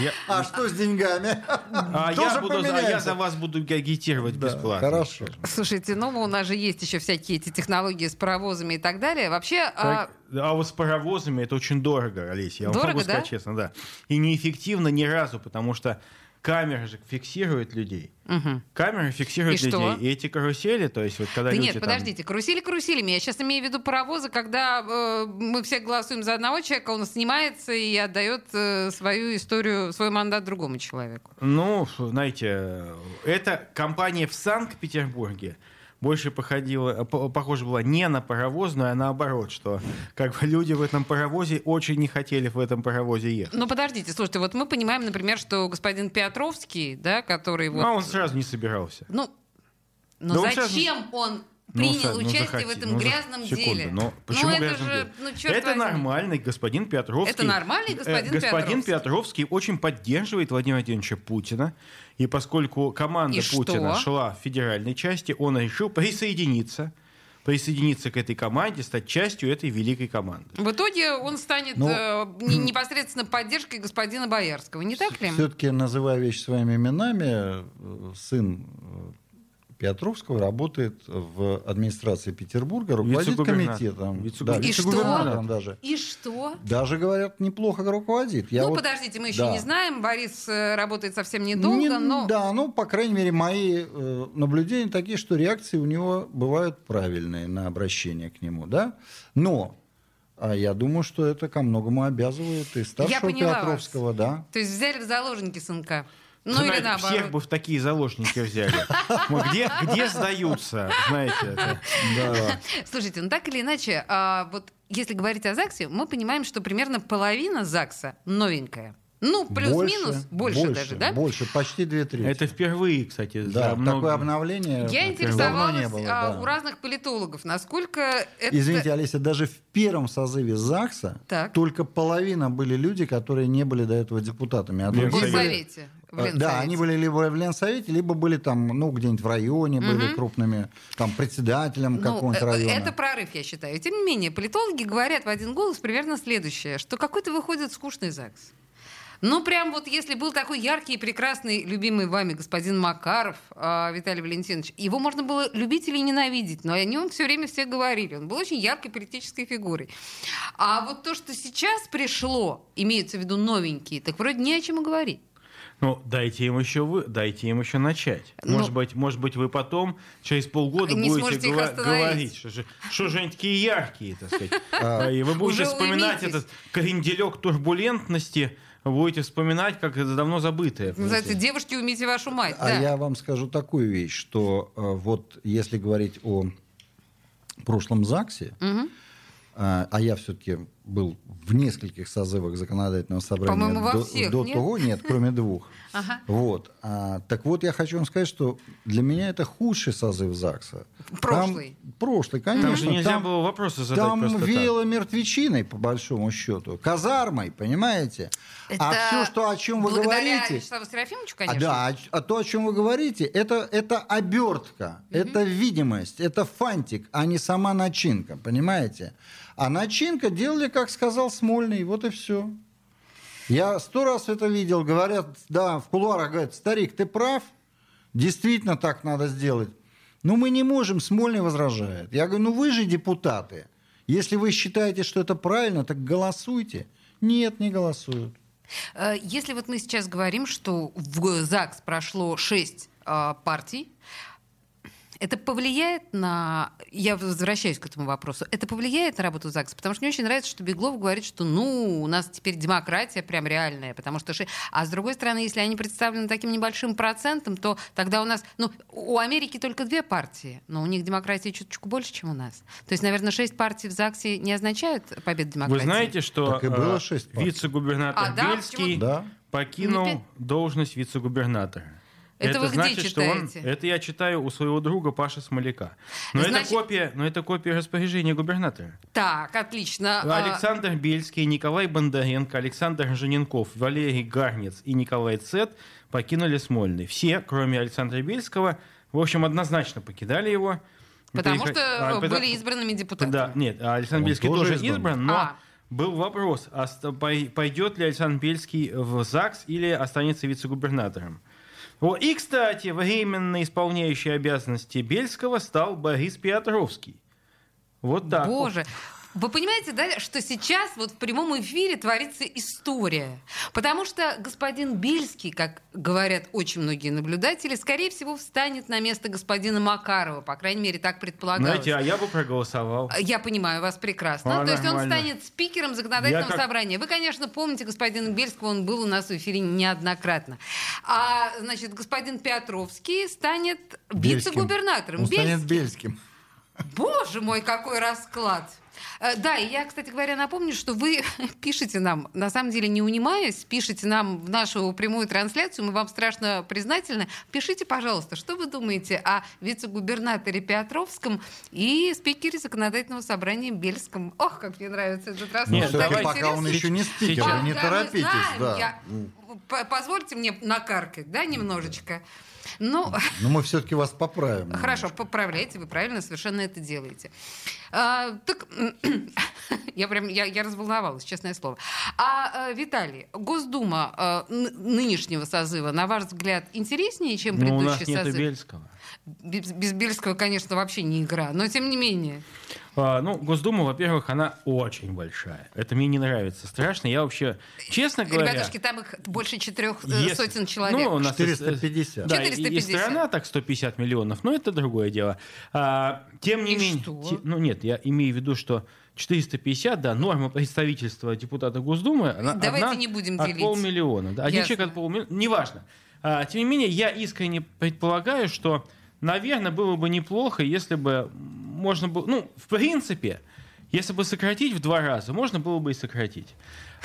[SPEAKER 4] Я,
[SPEAKER 5] А что с деньгами?
[SPEAKER 4] а я, буду за, я за вас буду агитировать бесплатно.
[SPEAKER 5] Хорошо.
[SPEAKER 3] слушайте, ну у нас же есть еще всякие эти технологии с паровозами и так далее. Вообще... а,
[SPEAKER 4] Так, а вот с паровозами это очень дорого, Олесь. Я
[SPEAKER 3] Дорого,
[SPEAKER 4] вам могу сказать
[SPEAKER 3] да?
[SPEAKER 4] честно, да. И неэффективно ни разу, потому что камера же фиксирует людей.
[SPEAKER 3] мгм.
[SPEAKER 4] Камера фиксирует
[SPEAKER 3] И
[SPEAKER 4] людей.
[SPEAKER 3] что?
[SPEAKER 4] И эти карусели, то есть вот когда
[SPEAKER 3] Да
[SPEAKER 4] люди
[SPEAKER 3] нет,
[SPEAKER 4] там-
[SPEAKER 3] подождите, карусели каруселями. Я сейчас имею в виду паровозы, когда э, мы все голосуем за одного человека, он снимается и отдает э, свою историю, свой мандат другому человеку.
[SPEAKER 4] Ну, знаете, эта компания в Санкт-Петербурге больше походила, по- похожа была не на паровозную, а наоборот, что как бы люди в этом паровозе очень не хотели в этом паровозе ехать.
[SPEAKER 3] Ну, подождите, слушайте, вот мы понимаем, например, что господин Петровский, да, который вот...
[SPEAKER 4] А он сразу не собирался.
[SPEAKER 3] Ну, но
[SPEAKER 4] Да он сейчас-
[SPEAKER 3] зачем он
[SPEAKER 4] Ну,
[SPEAKER 3] принял
[SPEAKER 4] Сань, ну,
[SPEAKER 3] участие
[SPEAKER 4] захоти-
[SPEAKER 3] в этом
[SPEAKER 4] ну, за-
[SPEAKER 3] грязном
[SPEAKER 4] секунду,
[SPEAKER 3] деле?
[SPEAKER 4] Но почему
[SPEAKER 3] это
[SPEAKER 4] грязном
[SPEAKER 3] же,
[SPEAKER 4] деле?
[SPEAKER 3] ну, черт
[SPEAKER 4] это
[SPEAKER 3] возьми.
[SPEAKER 4] нормальный господин Петровский.
[SPEAKER 3] Это нормальный господин
[SPEAKER 4] Э, Господин
[SPEAKER 3] Петровский.
[SPEAKER 4] Петровский очень поддерживает Владимира Владимировича Путина. И поскольку команда
[SPEAKER 3] И
[SPEAKER 4] Путина
[SPEAKER 3] что?
[SPEAKER 4] шла в федеральной части, он решил присоединиться присоединиться к этой команде, стать частью этой великой команды.
[SPEAKER 3] В итоге он станет
[SPEAKER 5] Ну,
[SPEAKER 3] э, не- непосредственно поддержкой господина Боярского, не так ли?
[SPEAKER 5] Все-таки, называя вещи своими именами, э, сын э, Петровского работает в администрации Петербурга, руководит
[SPEAKER 4] Вице-губернатор.
[SPEAKER 5] комитетом.
[SPEAKER 4] Вице-губернатор.
[SPEAKER 5] Да,
[SPEAKER 3] И что?
[SPEAKER 5] вице-губернатором даже.
[SPEAKER 3] И что?
[SPEAKER 5] Даже, говорят, неплохо руководит. Я
[SPEAKER 3] ну,
[SPEAKER 5] вот-
[SPEAKER 3] подождите, мы еще
[SPEAKER 5] да.
[SPEAKER 3] не знаем. Борис э, работает совсем недолго,
[SPEAKER 5] Не-
[SPEAKER 3] но...
[SPEAKER 5] Да, ну, по крайней мере, мои э, наблюдения такие, что реакции у него бывают правильные на обращение к нему, да? Но а я думаю, что это ко многому обязывает и старшего
[SPEAKER 3] поняла вас.
[SPEAKER 5] Петровского, да.
[SPEAKER 3] То есть взяли в заложники сынка. Ну или
[SPEAKER 4] Знаете,
[SPEAKER 3] наоборот.
[SPEAKER 4] Всех бы в такие
[SPEAKER 3] (laughs)
[SPEAKER 4] заложники взяли. Мы Где, где сдаются, знаете? это.
[SPEAKER 5] да.
[SPEAKER 3] Слушайте, ну так или иначе, а, вот если говорить о ЗАГСе, мы понимаем, что примерно половина ЗАГСа новенькая. Ну, (laughs) плюс-минус, больше, даже, да?
[SPEAKER 5] Больше, почти две трети.
[SPEAKER 4] Это впервые, кстати, за
[SPEAKER 5] да,
[SPEAKER 4] много-
[SPEAKER 5] такое обновление
[SPEAKER 3] Я
[SPEAKER 5] э, давно не
[SPEAKER 3] интересовалась
[SPEAKER 5] было.
[SPEAKER 3] а,
[SPEAKER 5] да.
[SPEAKER 3] у разных политологов, насколько это...
[SPEAKER 5] Извините, Олеся, даже в первом созыве ЗАГСа
[SPEAKER 3] Так.
[SPEAKER 5] только половина были люди, которые не были до этого депутатами. А другие
[SPEAKER 3] в
[SPEAKER 5] были-
[SPEAKER 3] Ленсовете. в
[SPEAKER 5] Э, Да,
[SPEAKER 3] Ленсовете.
[SPEAKER 5] они были либо в Ленсовете, либо были там, ну, где-нибудь в районе, были крупными, там, председателем
[SPEAKER 3] Ну,
[SPEAKER 5] какого-нибудь
[SPEAKER 3] э, э,
[SPEAKER 5] района.
[SPEAKER 3] это прорыв, я считаю. Тем не менее, политологи говорят в один голос примерно следующее, что какой-то выходит скучный ЗАГС. Ну, прям вот если был такой яркий и прекрасный, любимый вами господин Макаров, а, Виталий Валентинович, его можно было любить или ненавидеть, но о нем все время все говорили. Он был очень яркой политической фигурой. А вот то, что сейчас пришло, имеется в виду новенькие, так вроде не о чем и говорить.
[SPEAKER 4] Ну, дайте им еще вы, дайте им еще начать.
[SPEAKER 3] Ну.
[SPEAKER 4] Может быть, может быть, вы потом через полгода
[SPEAKER 3] Не
[SPEAKER 4] будете
[SPEAKER 3] сможете их
[SPEAKER 4] гла-
[SPEAKER 3] остановить. А,
[SPEAKER 4] говорить, что же, что же они такие яркие, так сказать. И вы будете
[SPEAKER 3] Уже
[SPEAKER 4] вспоминать
[SPEAKER 3] уймитесь.
[SPEAKER 4] этот кренделек турбулентности вы будете вспоминать, как это давно забытое.
[SPEAKER 3] Называется, девушки, умите вашу мать.
[SPEAKER 5] А
[SPEAKER 3] да.
[SPEAKER 5] я вам скажу такую вещь, что э, вот если говорить о прошлом ЗАГСе,
[SPEAKER 3] Мгм.
[SPEAKER 5] а а я все-таки был в нескольких созывах законодательного собрания
[SPEAKER 3] По-моему, во
[SPEAKER 5] до,
[SPEAKER 3] всех,
[SPEAKER 5] до
[SPEAKER 3] нет?
[SPEAKER 5] того, нет, кроме двух.
[SPEAKER 3] (laughs) Ага.
[SPEAKER 5] Вот. А, так вот, я хочу вам сказать, что для меня это худший созыв ЗАГСа. Там-
[SPEAKER 3] Прошлый.
[SPEAKER 5] прошлый, конечно.
[SPEAKER 4] Там же нельзя
[SPEAKER 5] Ну, там-
[SPEAKER 4] было вопросы задать
[SPEAKER 5] Там
[SPEAKER 4] просто так.
[SPEAKER 5] веяло мертвечиной, по большому счету. Казармой, понимаете? А
[SPEAKER 3] Это
[SPEAKER 5] все, что, о чем вы
[SPEAKER 3] Благодаря
[SPEAKER 5] говорите...
[SPEAKER 3] Вячеславу Серафимовичу,
[SPEAKER 5] А,
[SPEAKER 3] конечно.
[SPEAKER 5] да, а, ч- а то, о чем вы говорите, это, это обертка, это видимость, это фантик, а не сама начинка, понимаете? А начинка делали, как сказал Смольный, вот и все. Я сто раз это видел, говорят, да, в кулуарах говорят, старик, ты прав, действительно так надо сделать. Но мы не можем, Смольный возражает. Я говорю, ну вы же депутаты, если вы считаете, что это правильно, так голосуйте. Нет, не голосуют.
[SPEAKER 3] Э, Если вот мы сейчас говорим, что в ЗАГС прошло шесть э, партий, это повлияет на... Я возвращаюсь к этому вопросу. Это повлияет на работу ЗАГС? Потому что мне очень нравится, что Беглов говорит, что ну, у нас теперь демократия прям реальная, потому что... ши- А с другой стороны, если они представлены таким небольшим процентом, то тогда у нас... Ну, у Америки только две партии, но у них демократия чуточку больше, чем у нас. То есть, наверное, шесть партий в ЗАГСе не означает победу демократии?
[SPEAKER 4] Вы знаете, что
[SPEAKER 5] Так и было
[SPEAKER 4] э,
[SPEAKER 5] шесть партий.
[SPEAKER 4] вице-губернатор
[SPEAKER 3] А, да?
[SPEAKER 4] Бельский
[SPEAKER 5] Да?
[SPEAKER 4] покинул
[SPEAKER 3] Ну,
[SPEAKER 4] должность вице-губернатора.
[SPEAKER 3] Это вы где
[SPEAKER 4] значит, что он,
[SPEAKER 3] читаете?
[SPEAKER 4] это я читаю у своего друга Паши Смоляка. Но,
[SPEAKER 3] Значит-
[SPEAKER 4] это копия, но это копия распоряжения губернатора.
[SPEAKER 3] Так, отлично. А,
[SPEAKER 4] Александр Бельский, Николай Бондаренко, Александр Жененков, Валерий Гарнец и Николай Цет покинули Смольный. Все, кроме Александра Бельского, в общем, однозначно покидали его.
[SPEAKER 3] Потому
[SPEAKER 4] Переход-
[SPEAKER 3] что
[SPEAKER 4] а,
[SPEAKER 3] э,
[SPEAKER 4] пото-
[SPEAKER 3] были избранными депутатами.
[SPEAKER 4] Да, нет, а Александр
[SPEAKER 5] Он
[SPEAKER 4] Бельский
[SPEAKER 5] тоже
[SPEAKER 4] тоже
[SPEAKER 5] избран?
[SPEAKER 4] избран, но
[SPEAKER 3] А.
[SPEAKER 4] был вопрос, а ст- пой- пойдет ли Александр Бельский в ЗАГС или останется вице-губернатором. О, и, кстати, временно исполняющий обязанности Бельского стал Борис Петровский. Вот так. вот.
[SPEAKER 3] Боже. Вы понимаете, да, что сейчас вот в прямом эфире творится история? Потому что господин Бельский, как говорят очень многие наблюдатели, скорее всего, встанет на место господина Макарова. По крайней мере, так предполагалось.
[SPEAKER 4] Знаете, а я бы проголосовал.
[SPEAKER 3] Я понимаю вас прекрасно.
[SPEAKER 4] А,
[SPEAKER 3] То есть он
[SPEAKER 4] нормально.
[SPEAKER 3] станет спикером законодательного
[SPEAKER 4] Я как-
[SPEAKER 3] собрания. Вы, конечно, помните господина Бельского, он был у нас в эфире неоднократно. А, значит, господин Петровский станет
[SPEAKER 5] Бельским.
[SPEAKER 3] вице-губернатором.
[SPEAKER 5] Он станет
[SPEAKER 3] Бельский.
[SPEAKER 5] Бельским.
[SPEAKER 3] Боже мой, какой расклад! Э, Да, и я, кстати говоря, напомню, что вы (laughs) пишете нам, на самом деле не унимаясь, пишите нам в нашу прямую трансляцию, мы вам страшно признательны. Пишите, пожалуйста, что вы думаете о вице-губернаторе Петровском и спикере законодательного собрания Бельском. Ох, как мне нравится этот расклад.
[SPEAKER 4] Нет,
[SPEAKER 5] Ну, всё-таки
[SPEAKER 4] давайте-
[SPEAKER 5] пока он еще не спикер,
[SPEAKER 4] сейчас.
[SPEAKER 5] вы не
[SPEAKER 3] Да, мы
[SPEAKER 5] торопитесь,
[SPEAKER 3] знаем,
[SPEAKER 5] да.
[SPEAKER 3] я- П- Позвольте мне накаркать, да, немножечко. Ну, (laughs)
[SPEAKER 5] Но мы все-таки вас поправим.
[SPEAKER 3] Хорошо, поправляйте, вы правильно совершенно это делаете. А, так (clears throat) я прям я, я разволновалась, честное слово. А э, Виталий, Госдума э, н- нынешнего созыва, на ваш взгляд, интереснее, чем
[SPEAKER 4] Но Ну, у
[SPEAKER 3] предыдущий
[SPEAKER 4] нас нету
[SPEAKER 3] созыв?
[SPEAKER 4] Бельского.
[SPEAKER 3] Без, без Бельского, конечно, вообще не игра, но тем не менее.
[SPEAKER 4] А, ну, Госдума, во-первых, она очень большая. Это мне не нравится. Страшно. Я вообще, честно говоря...
[SPEAKER 3] Ребятушки, там их больше четырех э,
[SPEAKER 4] Если-
[SPEAKER 3] сотен человек.
[SPEAKER 4] Ну, у нас
[SPEAKER 5] 450.
[SPEAKER 4] Да, и- И,
[SPEAKER 3] 450.
[SPEAKER 4] страна так 150 миллионов, но это другое дело. А, тем не
[SPEAKER 3] И
[SPEAKER 4] менее...
[SPEAKER 3] что?
[SPEAKER 4] те- ну, нет, я имею в виду, что 450, да, норма представительства депутата Госдумы... она
[SPEAKER 3] Давайте
[SPEAKER 4] одна
[SPEAKER 3] не будем
[SPEAKER 4] от
[SPEAKER 3] делить.
[SPEAKER 4] полмиллиона. да. Один
[SPEAKER 3] Ясно.
[SPEAKER 4] человек от полмиллиона. Неважно. А, тем не менее, я искренне предполагаю, что, наверное, было бы неплохо, если бы можно было... Ну, в принципе... Если бы сократить в два раза, можно было бы и сократить.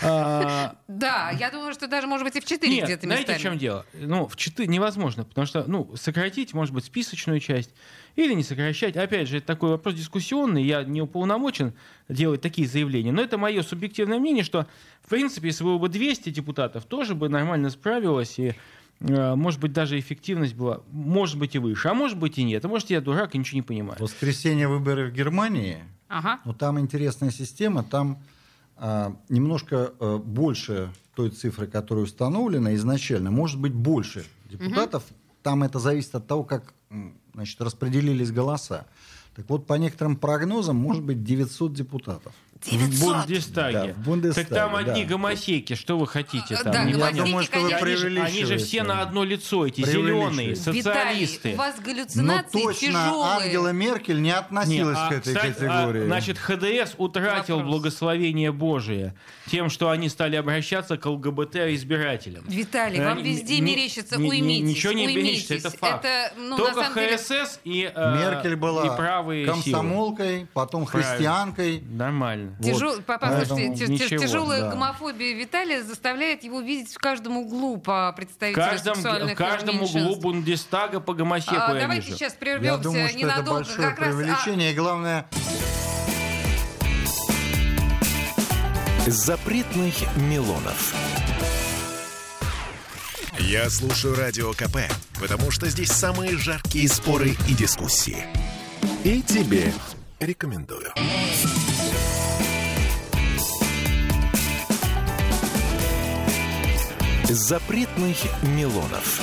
[SPEAKER 4] А,
[SPEAKER 3] Да, я думаю, что даже, может быть, и в четыре
[SPEAKER 4] нет,
[SPEAKER 3] где-то
[SPEAKER 4] знаете,
[SPEAKER 3] местами.
[SPEAKER 4] в чем дело? Ну, в четы невозможно, потому что, ну, сократить, может быть, списочную часть или не сокращать. Опять же, это такой вопрос дискуссионный, я не уполномочен делать такие заявления, но это мое субъективное мнение, что, в принципе, если было бы 200 депутатов, тоже бы нормально справилось, и, э, может быть, даже эффективность была, может быть, и выше, а может быть, и нет. А может, я дурак и ничего не понимаю.
[SPEAKER 5] В воскресенье выборы в Германии,
[SPEAKER 3] Ага.
[SPEAKER 5] но там интересная система, там а, немножко э, больше той цифры, которая установлена изначально, может быть больше депутатов. Там это зависит от того, как м, значит, распределились голоса. Так вот, по некоторым прогнозам, может быть, 900 депутатов.
[SPEAKER 4] В
[SPEAKER 3] 900!
[SPEAKER 4] Бундестаге.
[SPEAKER 5] Да, в Бундестаге,
[SPEAKER 4] так там одни
[SPEAKER 5] да.
[SPEAKER 4] гомосеки, что вы хотите
[SPEAKER 3] А,
[SPEAKER 4] там?
[SPEAKER 3] да,
[SPEAKER 4] Не
[SPEAKER 3] гомосеки,
[SPEAKER 4] понятно.
[SPEAKER 5] думаю, что вы
[SPEAKER 3] конечно.
[SPEAKER 4] Они же- Они же все
[SPEAKER 5] преувеличиваете.
[SPEAKER 4] на одно лицо, эти
[SPEAKER 5] Преувеличиваете.
[SPEAKER 4] зеленые,
[SPEAKER 3] Виталий,
[SPEAKER 4] социалисты. Ну,
[SPEAKER 3] у вас
[SPEAKER 5] Но
[SPEAKER 3] галлюцинации
[SPEAKER 5] точно
[SPEAKER 3] тяжелые.
[SPEAKER 5] Ангела Меркель не
[SPEAKER 4] Не,
[SPEAKER 5] относилась
[SPEAKER 4] а,
[SPEAKER 5] к этой
[SPEAKER 4] кстати, а,
[SPEAKER 5] категории.
[SPEAKER 4] значит, ХДС утратил
[SPEAKER 3] Вопрос.
[SPEAKER 4] благословение Божие тем, что они стали обращаться к ЛГБТ-избирателям.
[SPEAKER 3] Виталий,
[SPEAKER 4] Э,
[SPEAKER 3] вам
[SPEAKER 4] н-
[SPEAKER 3] везде
[SPEAKER 4] н-
[SPEAKER 3] мерещится.
[SPEAKER 4] н- н-
[SPEAKER 3] уймитесь,
[SPEAKER 4] Ничего не
[SPEAKER 3] уймитесь.
[SPEAKER 4] мерещится, это факт.
[SPEAKER 3] Это, ну,
[SPEAKER 4] Только
[SPEAKER 3] на самом деле,
[SPEAKER 4] ХСС и э,
[SPEAKER 5] Меркель была
[SPEAKER 4] и правые силы.
[SPEAKER 5] комсомолкой, потом
[SPEAKER 4] Правильно.
[SPEAKER 5] христианкой.
[SPEAKER 4] Нормально.
[SPEAKER 3] Тяжел... По- послушайте,
[SPEAKER 5] Поэтому
[SPEAKER 3] тя- тя-
[SPEAKER 4] ничего,
[SPEAKER 3] тяжелая
[SPEAKER 5] да.
[SPEAKER 3] гомофобия Виталия заставляет его видеть в каждом углу по
[SPEAKER 4] В
[SPEAKER 3] представителям
[SPEAKER 4] каждом, в
[SPEAKER 3] сексуальных
[SPEAKER 4] каждом
[SPEAKER 3] меньшинств.
[SPEAKER 4] углу Бундестага по гомосеку
[SPEAKER 3] А,
[SPEAKER 4] я
[SPEAKER 3] давайте
[SPEAKER 4] вижу.
[SPEAKER 3] сейчас
[SPEAKER 5] Я
[SPEAKER 3] прервемся
[SPEAKER 5] думаю, что это
[SPEAKER 3] ненадолго.
[SPEAKER 5] большое
[SPEAKER 3] как раз а,
[SPEAKER 5] преувеличение. И главное,
[SPEAKER 2] Запретных Милонов.
[SPEAKER 1] Я слушаю Радио КП, потому что здесь самые жаркие споры и дискуссии. И тебе рекомендую.
[SPEAKER 2] Запретных Милонов.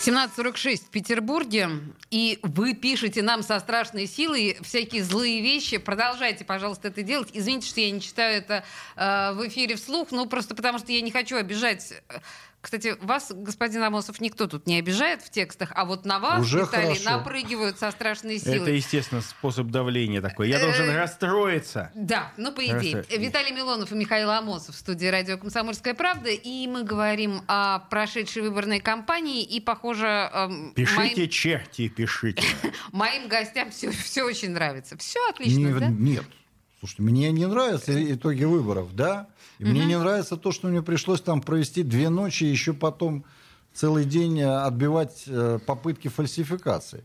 [SPEAKER 3] 17.46 в Петербурге, и вы пишете нам со страшной силой всякие злые вещи. Продолжайте, пожалуйста, это делать. Извините, что я не читаю это э, в эфире вслух, ну просто потому что я не хочу обижать. э, Кстати, вас, господин Амосов, никто тут не обижает в текстах, а вот на вас,
[SPEAKER 5] Уже
[SPEAKER 3] Виталий,
[SPEAKER 5] хорошо.
[SPEAKER 3] напрыгивают со страшной
[SPEAKER 4] Это,
[SPEAKER 3] силой.
[SPEAKER 4] естественно, способ давления такой. Я должен
[SPEAKER 3] Э,
[SPEAKER 4] расстроиться.
[SPEAKER 3] Да, ну по идее.
[SPEAKER 4] Хорошо.
[SPEAKER 3] Виталий Милонов и Михаил Амосов в студии радио «Комсомольская правда». И мы говорим о прошедшей выборной кампании. И, похоже, эм, моим-
[SPEAKER 4] Пишите, черти, пишите.
[SPEAKER 3] Моим гостям все, очень нравится. Все
[SPEAKER 5] не-
[SPEAKER 3] отлично, да?
[SPEAKER 5] нет. Слушайте, мне не нравятся и- итоги выборов, да? И Мне не нравится то, что мне пришлось там провести две ночи, и еще потом целый день э, отбивать э, попытки фальсификации.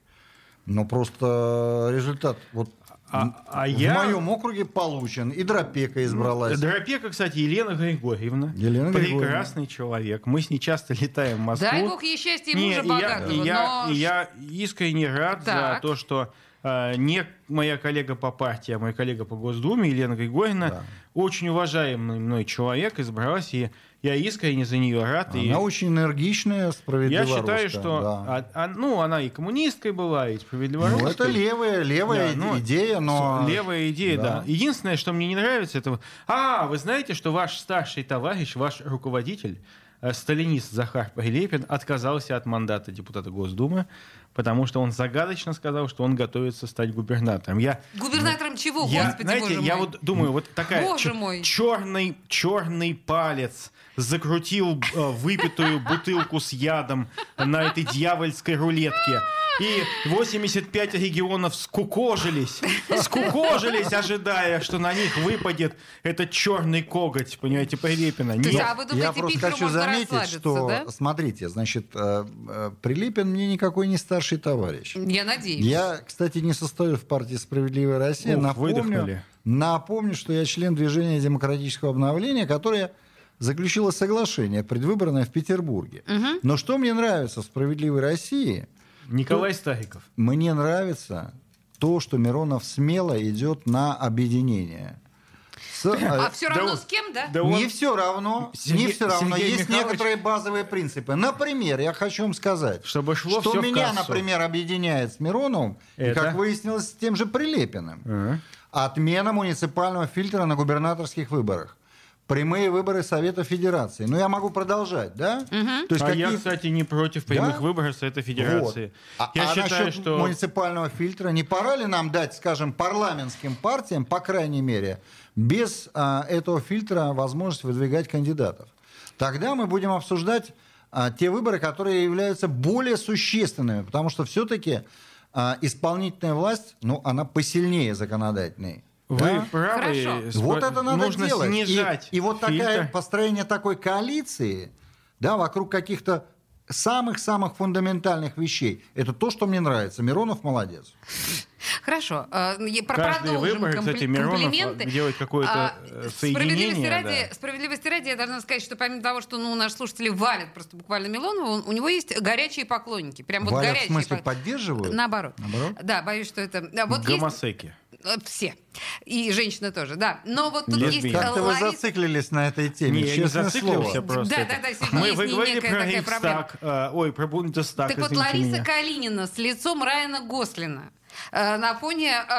[SPEAKER 5] Но просто результат вот
[SPEAKER 4] (laughs) А- а
[SPEAKER 5] в
[SPEAKER 4] я-
[SPEAKER 5] моем округе получен. И Дропека избралась.
[SPEAKER 4] Дропека, кстати, Елена Григорьевна.
[SPEAKER 5] Елена Григорьевна.
[SPEAKER 4] прекрасный человек. Мы с ней часто летаем в Москву.
[SPEAKER 3] Дай бог ей счастья и
[SPEAKER 4] Не,
[SPEAKER 3] мужа
[SPEAKER 4] и я-
[SPEAKER 3] богатого.
[SPEAKER 4] и я,
[SPEAKER 3] но
[SPEAKER 4] и я искренне рад
[SPEAKER 3] Так.
[SPEAKER 4] за то, что э, не моя коллега по партии, а моя коллега по Госдуме Елена Григорьевна,
[SPEAKER 5] Да.
[SPEAKER 4] очень уважаемый мной человек, избралась, и я искренне за нее рад. и
[SPEAKER 5] Она очень энергичная, справедливая.
[SPEAKER 4] я считаю,
[SPEAKER 5] русская,
[SPEAKER 4] что
[SPEAKER 5] да.
[SPEAKER 4] а- а- ну, она и коммунисткой была, и справедливо
[SPEAKER 5] Ну, это левая, левая
[SPEAKER 4] Да, ну,
[SPEAKER 5] идея, но...
[SPEAKER 4] С- Левая идея, да.
[SPEAKER 5] Да.
[SPEAKER 4] Единственное, что мне не нравится, это... вот, А, вы знаете, что ваш старший товарищ, ваш руководитель, э, сталинист Захар Прилепин, отказался от мандата депутата Госдумы, потому что он загадочно сказал, что он готовится стать губернатором. Я,
[SPEAKER 3] Губернатором чего,
[SPEAKER 4] я,
[SPEAKER 3] господи,
[SPEAKER 4] знаете,
[SPEAKER 3] боже
[SPEAKER 4] я
[SPEAKER 3] мой.
[SPEAKER 4] вот думаю, вот такая
[SPEAKER 3] Боже
[SPEAKER 4] чер-
[SPEAKER 3] мой.
[SPEAKER 4] черный черный палец закрутил э, выпитую бутылку с ядом на этой дьявольской рулетке. И 85 регионов скукожились, скукожились, ожидая, что на них выпадет этот черный коготь, понимаете, Прилепина.
[SPEAKER 3] То есть,
[SPEAKER 4] Нет.
[SPEAKER 3] а вы думаете,
[SPEAKER 5] Я просто
[SPEAKER 3] Питеру
[SPEAKER 5] хочу
[SPEAKER 3] можно
[SPEAKER 5] заметить,
[SPEAKER 3] расслабиться,
[SPEAKER 5] что,
[SPEAKER 3] да?
[SPEAKER 5] смотрите, значит, э, э, Прилепин мне никакой не старший товарищ.
[SPEAKER 3] Я надеюсь.
[SPEAKER 5] Я, кстати, не состою в партии «Справедливая Россия».
[SPEAKER 4] Ух, выдохнули.
[SPEAKER 5] напомню, напомню, что я член движения демократического обновления, которое заключило соглашение предвыборное в Петербурге. Но что мне нравится в «Справедливой России»,
[SPEAKER 4] Николай Стариков.
[SPEAKER 5] мне нравится то, что Миронов смело идет на объединение. С, э,
[SPEAKER 3] А все
[SPEAKER 4] да
[SPEAKER 3] равно
[SPEAKER 4] вот-
[SPEAKER 3] с кем, да?
[SPEAKER 4] да
[SPEAKER 5] не
[SPEAKER 4] он-
[SPEAKER 5] все равно,
[SPEAKER 4] Сергей-
[SPEAKER 5] не все равно.
[SPEAKER 4] Сергей
[SPEAKER 5] Есть
[SPEAKER 4] Михайлович-
[SPEAKER 5] некоторые базовые принципы. Например, я хочу вам сказать,
[SPEAKER 4] Чтобы шло
[SPEAKER 5] что
[SPEAKER 4] всё в
[SPEAKER 5] меня,
[SPEAKER 4] кассу.
[SPEAKER 5] например, объединяет с Мироновым, и,
[SPEAKER 4] Это? Э.
[SPEAKER 5] как выяснилось, с тем же Прилепиным.
[SPEAKER 4] Ага.
[SPEAKER 5] Отмена муниципального фильтра на губернаторских выборах. Прямые выборы Совета Федерации. Ну, я могу продолжать, да? То
[SPEAKER 4] А я,
[SPEAKER 5] какие-
[SPEAKER 4] кстати, не против прямых
[SPEAKER 5] Да?
[SPEAKER 4] выборов Совета Федерации.
[SPEAKER 5] Вот. А,
[SPEAKER 4] Я
[SPEAKER 5] а
[SPEAKER 4] считаю,
[SPEAKER 5] насчет
[SPEAKER 4] что...
[SPEAKER 5] муниципального фильтра не пора ли нам дать, скажем, парламентским партиям, по крайней мере, без а, этого фильтра возможность выдвигать кандидатов? Тогда мы будем обсуждать а, те выборы, которые являются более существенными, потому что все-таки исполнительная власть, ну, она посильнее законодательной.
[SPEAKER 4] Вы
[SPEAKER 5] да?
[SPEAKER 4] правы.
[SPEAKER 3] Хорошо.
[SPEAKER 4] Спа-
[SPEAKER 5] Вот это надо
[SPEAKER 4] нужно
[SPEAKER 5] делать. И-
[SPEAKER 4] снижать.
[SPEAKER 5] и, вот
[SPEAKER 4] фильтр.
[SPEAKER 5] такая, построение такой коалиции, да, вокруг каких-то самых-самых фундаментальных вещей. Это то, что мне нравится. Миронов молодец.
[SPEAKER 3] Хорошо. а, я- про-
[SPEAKER 4] Каждый
[SPEAKER 3] продолжим
[SPEAKER 4] выбор,
[SPEAKER 3] компли-
[SPEAKER 4] кстати, Миронов,
[SPEAKER 3] комплименты.
[SPEAKER 4] а, делает какое-то, э,
[SPEAKER 3] Справедливости
[SPEAKER 4] соединение,
[SPEAKER 3] ради,
[SPEAKER 4] да.
[SPEAKER 3] справедливости ради, я должна сказать, что помимо того, что ну, наши слушатели валят просто буквально Милонова, он- у него есть горячие поклонники. Прям вот
[SPEAKER 5] Валя, в
[SPEAKER 3] горячие
[SPEAKER 5] смысле,
[SPEAKER 3] пок-
[SPEAKER 5] поддерживают?
[SPEAKER 3] Наоборот.
[SPEAKER 5] Наоборот?
[SPEAKER 3] Да, боюсь, что это... да, вот есть-
[SPEAKER 4] Гомосеки.
[SPEAKER 3] Э, Все. И женщины тоже, да. Но вот тут
[SPEAKER 4] Лесбиян.
[SPEAKER 3] есть э,
[SPEAKER 5] Как-то вы
[SPEAKER 3] Лариса-
[SPEAKER 5] зациклились на этой
[SPEAKER 4] Не,
[SPEAKER 5] теме,
[SPEAKER 4] я не
[SPEAKER 5] честное
[SPEAKER 4] зациклился
[SPEAKER 5] слово.
[SPEAKER 4] просто.
[SPEAKER 3] Да, да, да, сегодня
[SPEAKER 4] Мы
[SPEAKER 3] есть
[SPEAKER 4] вы
[SPEAKER 3] не-
[SPEAKER 4] говорили
[SPEAKER 3] некая
[SPEAKER 4] про
[SPEAKER 3] такая проблема.
[SPEAKER 4] Рейхстаг, э, ой, про Бундестаг,
[SPEAKER 3] Так вот,
[SPEAKER 4] извините
[SPEAKER 3] Лариса
[SPEAKER 4] меня.
[SPEAKER 3] Калинина с лицом Райана Гослина. э, на фоне э,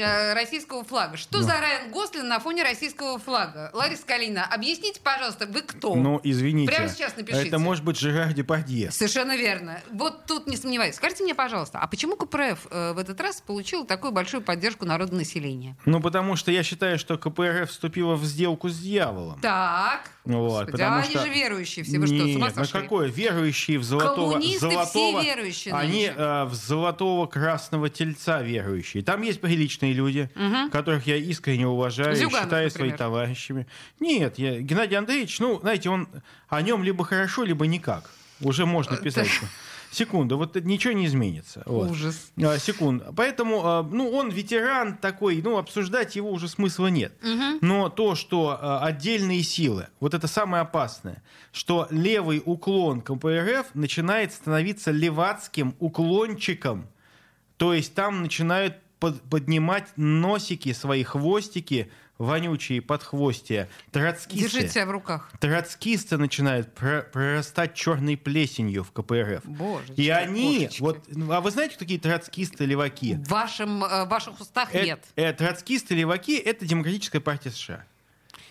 [SPEAKER 3] э, российского флага. Что за Райан Гослин на фоне российского флага? Лариса Калина, объясните, пожалуйста, вы кто?
[SPEAKER 4] Ну, извините.
[SPEAKER 3] Прямо сейчас напишите.
[SPEAKER 4] Это может быть Жерар Депардье.
[SPEAKER 3] Совершенно верно. Вот тут не сомневаюсь. Скажите мне, пожалуйста, а почему КПРФ э, в этот раз получил такую большую поддержку народа населения?
[SPEAKER 4] Ну, потому что я считаю, что КПРФ вступила в сделку с дьяволом.
[SPEAKER 3] Так.
[SPEAKER 4] Ну Вот,
[SPEAKER 3] Господи,
[SPEAKER 4] потому
[SPEAKER 3] а
[SPEAKER 4] что...
[SPEAKER 3] они же верующие все. Вы что, с ума
[SPEAKER 4] Нет, ну
[SPEAKER 3] сошли?
[SPEAKER 4] какое? Верующие в золотого...
[SPEAKER 3] Коммунисты все
[SPEAKER 4] золотого-
[SPEAKER 3] верующие
[SPEAKER 4] Они
[SPEAKER 3] нынче.
[SPEAKER 4] э, в золотого красного тельца верующие. Там есть приличные люди, которых я искренне уважаю
[SPEAKER 3] Зюганов,
[SPEAKER 4] и считаю своими
[SPEAKER 3] например.
[SPEAKER 4] товарищами. Нет, я... Геннадий Андреевич, ну, знаете, он о нем либо хорошо, либо никак. Уже можно
[SPEAKER 3] Э,
[SPEAKER 4] писать. что- Секунду, вот ничего не изменится. Вот.
[SPEAKER 3] Ужас.
[SPEAKER 4] А, секунд. Поэтому, а, ну, он ветеран такой, ну, обсуждать его уже смысла нет. Но то, что а, отдельные силы, вот это самое опасное, что левый уклон КПРФ начинает становиться левацким уклончиком, то есть там начинают под- поднимать носики, свои хвостики, вонючие подхвостия, троцкисты.
[SPEAKER 3] Держите себя в руках.
[SPEAKER 4] Троцкисты начинают про- прорастать черной плесенью в КПРФ.
[SPEAKER 3] Боже.
[SPEAKER 4] И они,
[SPEAKER 3] кошечки.
[SPEAKER 4] вот, ну, а вы знаете, кто такие троцкисты леваки?
[SPEAKER 3] В вашем, э, в ваших устах
[SPEAKER 4] Э-
[SPEAKER 3] нет.
[SPEAKER 4] э, троцкисты леваки это демократическая партия США.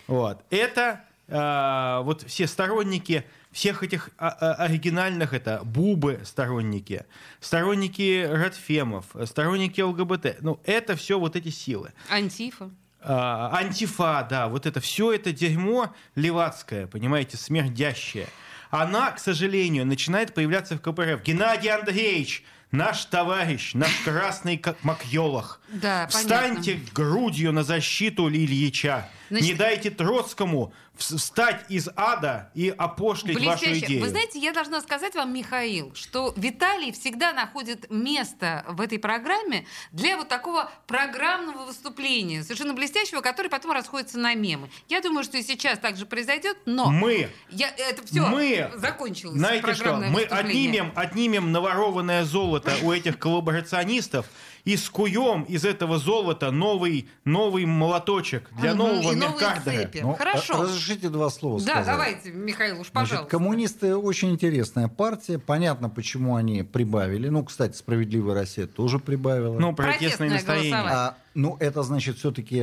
[SPEAKER 4] Вот. Это а, вот все сторонники всех этих а- а- оригинальных, это бубы сторонники, сторонники Ратфемов, сторонники ЛГБТ. Ну, это все вот эти силы.
[SPEAKER 3] Антифа.
[SPEAKER 4] А, антифа, да, вот это все это дерьмо левацкое, понимаете, смердящее. Она, к сожалению, начинает появляться в КПРФ. Геннадий Андреевич, наш товарищ, наш красный как макьолах.
[SPEAKER 3] Да,
[SPEAKER 4] Встаньте грудью на защиту Ильича.
[SPEAKER 3] Значит-
[SPEAKER 4] Не дайте Троцкому вс- встать из ада и опошлить вашу
[SPEAKER 3] Блестяще.
[SPEAKER 4] идею.
[SPEAKER 3] Вы знаете, я должна сказать вам, Михаил, что Виталий всегда находит место в этой программе для вот такого программного выступления, совершенно блестящего, который потом расходится на мемы. Я думаю, что и сейчас так же произойдет, но...
[SPEAKER 4] Мы
[SPEAKER 3] Я, это все
[SPEAKER 4] Мы-
[SPEAKER 3] закончилось.
[SPEAKER 4] Знаете что,
[SPEAKER 3] программное
[SPEAKER 4] мы
[SPEAKER 3] выступление.
[SPEAKER 4] отнимем, отнимем наворованное золото у этих коллаборационистов и скуем из этого золота новый, новый молоточек для
[SPEAKER 3] Мгм,
[SPEAKER 4] нового
[SPEAKER 3] и новые
[SPEAKER 4] миркардера.
[SPEAKER 3] цепи.
[SPEAKER 5] Ну,
[SPEAKER 3] Хорошо.
[SPEAKER 5] а- Разрешите два слова
[SPEAKER 3] Да,
[SPEAKER 5] сказать.
[SPEAKER 3] давайте, Михаил, уж
[SPEAKER 5] Значит,
[SPEAKER 3] пожалуйста.
[SPEAKER 5] коммунисты очень интересная партия. Понятно, почему они прибавили. Ну, кстати, «Справедливая Россия» тоже прибавила.
[SPEAKER 4] Ну, протестное
[SPEAKER 3] Протестное
[SPEAKER 4] настроение.
[SPEAKER 3] голосование.
[SPEAKER 5] А, ну, это значит э, все-таки...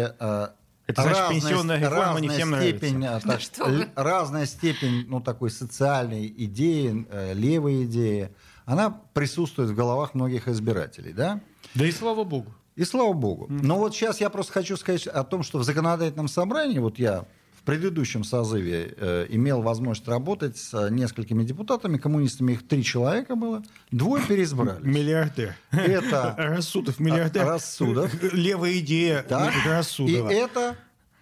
[SPEAKER 4] Это значит, пенсионная реформа не всем нравится.
[SPEAKER 5] степень,
[SPEAKER 3] (laughs)
[SPEAKER 5] а, так,
[SPEAKER 3] что вы.
[SPEAKER 5] л- разная степень ну, такой социальной идеи, э, левой идеи, она присутствует в головах многих избирателей, да?
[SPEAKER 4] Да и слава богу.
[SPEAKER 5] И слава богу. Но вот сейчас я просто хочу сказать о том, что в законодательном собрании, вот я в предыдущем созыве э, имел возможность работать с э, несколькими депутатами, коммунистами, их три человека было, двое переизбрали.
[SPEAKER 4] Миллиардер.
[SPEAKER 5] Это
[SPEAKER 4] (laughs) Рассудов миллиардер.
[SPEAKER 5] А, Рассудов.
[SPEAKER 4] Левая идея
[SPEAKER 5] да, и
[SPEAKER 4] Рассудова.
[SPEAKER 5] это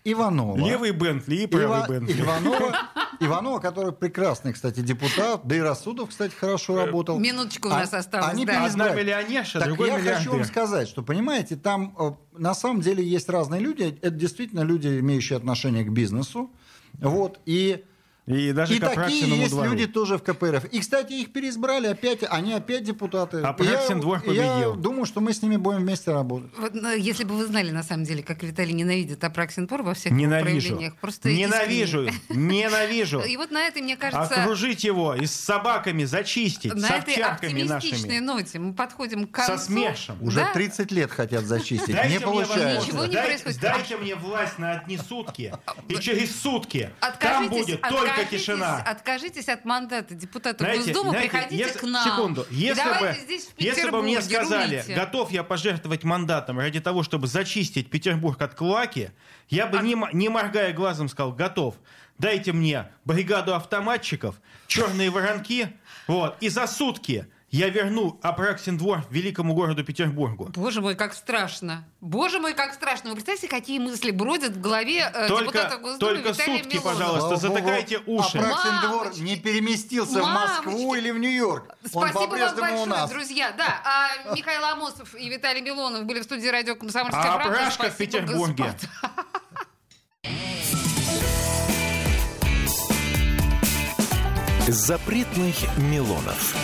[SPEAKER 5] Иванова.
[SPEAKER 4] Левый Бентли и правый
[SPEAKER 5] Ива-
[SPEAKER 4] Бентли.
[SPEAKER 5] Иванова, (laughs) Иванова, который прекрасный, кстати, депутат, да и Рассудов, кстати, хорошо работал.
[SPEAKER 3] Минуточка у нас
[SPEAKER 5] А-
[SPEAKER 3] осталась.
[SPEAKER 5] они
[SPEAKER 3] да.
[SPEAKER 4] Э,
[SPEAKER 5] переизбрали.
[SPEAKER 4] Одна миллионерша,
[SPEAKER 5] Так
[SPEAKER 4] другой
[SPEAKER 5] я хочу вам
[SPEAKER 4] миллиардер.
[SPEAKER 5] сказать, что, понимаете, там э, на самом деле есть разные люди. Это действительно люди, имеющие отношение к бизнесу. Вот, и...
[SPEAKER 4] И даже
[SPEAKER 5] и
[SPEAKER 4] к Апраксиному
[SPEAKER 5] такие есть
[SPEAKER 4] двору.
[SPEAKER 5] люди тоже в КПРФ. И, кстати, их переизбрали опять, они опять депутаты.
[SPEAKER 4] Апраксин
[SPEAKER 5] Я-
[SPEAKER 4] двор
[SPEAKER 5] Я
[SPEAKER 4] победил.
[SPEAKER 5] думаю, что мы с ними будем вместе работать.
[SPEAKER 3] Вот, ну, Если бы вы знали, на самом деле, как Виталий ненавидит Апраксин Пор во всех его
[SPEAKER 4] Ненавижу.
[SPEAKER 3] проявлениях. Просто (laughs)
[SPEAKER 4] Ненавижу. Ненавижу.
[SPEAKER 3] искренне. И вот на этой, мне кажется,
[SPEAKER 4] А Окружить его и с собаками зачистить, с
[SPEAKER 3] на этой
[SPEAKER 4] овчарками
[SPEAKER 3] оптимистичной
[SPEAKER 4] нашими.
[SPEAKER 3] ноте мы подходим к концу.
[SPEAKER 4] Со смешем.
[SPEAKER 5] Уже
[SPEAKER 3] Да.
[SPEAKER 5] 30 лет хотят зачистить. Не
[SPEAKER 4] мне
[SPEAKER 5] получается.
[SPEAKER 4] возможность.
[SPEAKER 3] Ничего не
[SPEAKER 4] дайте,
[SPEAKER 3] происходит.
[SPEAKER 4] дайте мне власть на одни сутки, и через сутки там
[SPEAKER 3] Откажитесь,
[SPEAKER 4] будет только
[SPEAKER 3] откажитесь-
[SPEAKER 4] тишина.
[SPEAKER 3] Откажитесь от мандата депутата
[SPEAKER 4] Знаете,
[SPEAKER 3] Госдумы,
[SPEAKER 4] знаете,
[SPEAKER 3] приходите
[SPEAKER 4] если-
[SPEAKER 3] к нам.
[SPEAKER 4] Секунду.
[SPEAKER 3] И
[SPEAKER 4] Если бы,
[SPEAKER 3] давайте здесь, в
[SPEAKER 4] если бы мне
[SPEAKER 3] Петербурге,
[SPEAKER 4] сказали,
[SPEAKER 3] рулите.
[SPEAKER 4] готов я пожертвовать мандатом ради того, чтобы зачистить Петербург от клаки, я
[SPEAKER 3] А
[SPEAKER 4] бы, не, м- не моргая глазом, сказал, готов. Дайте мне бригаду автоматчиков, черные воронки, вот, и за сутки я верну Апраксин двор великому городу Петербургу.
[SPEAKER 3] Боже мой, как страшно. Боже мой, как страшно. Вы представьте, какие мысли бродят в голове э,
[SPEAKER 4] Только,
[SPEAKER 3] депутата Госдумы
[SPEAKER 4] только
[SPEAKER 3] Виталия
[SPEAKER 4] сутки,
[SPEAKER 3] Милонова.
[SPEAKER 4] пожалуйста,
[SPEAKER 5] Слава богу,
[SPEAKER 4] затыкайте уши.
[SPEAKER 5] Апраксин двор
[SPEAKER 3] Мамочки.
[SPEAKER 5] не переместился в Москву
[SPEAKER 3] Мамочки.
[SPEAKER 5] или в Нью-Йорк. Он
[SPEAKER 3] Спасибо вам
[SPEAKER 5] по-прежнему
[SPEAKER 3] большое,
[SPEAKER 5] у нас.
[SPEAKER 3] друзья. Да, а Михаил Амосов и Виталий Милонов были в студии радио «Комсомольская
[SPEAKER 4] А
[SPEAKER 3] правда».
[SPEAKER 4] Брашка в
[SPEAKER 3] Спасибо,
[SPEAKER 4] Петербурге.
[SPEAKER 3] господа.
[SPEAKER 2] Запретных Милонов.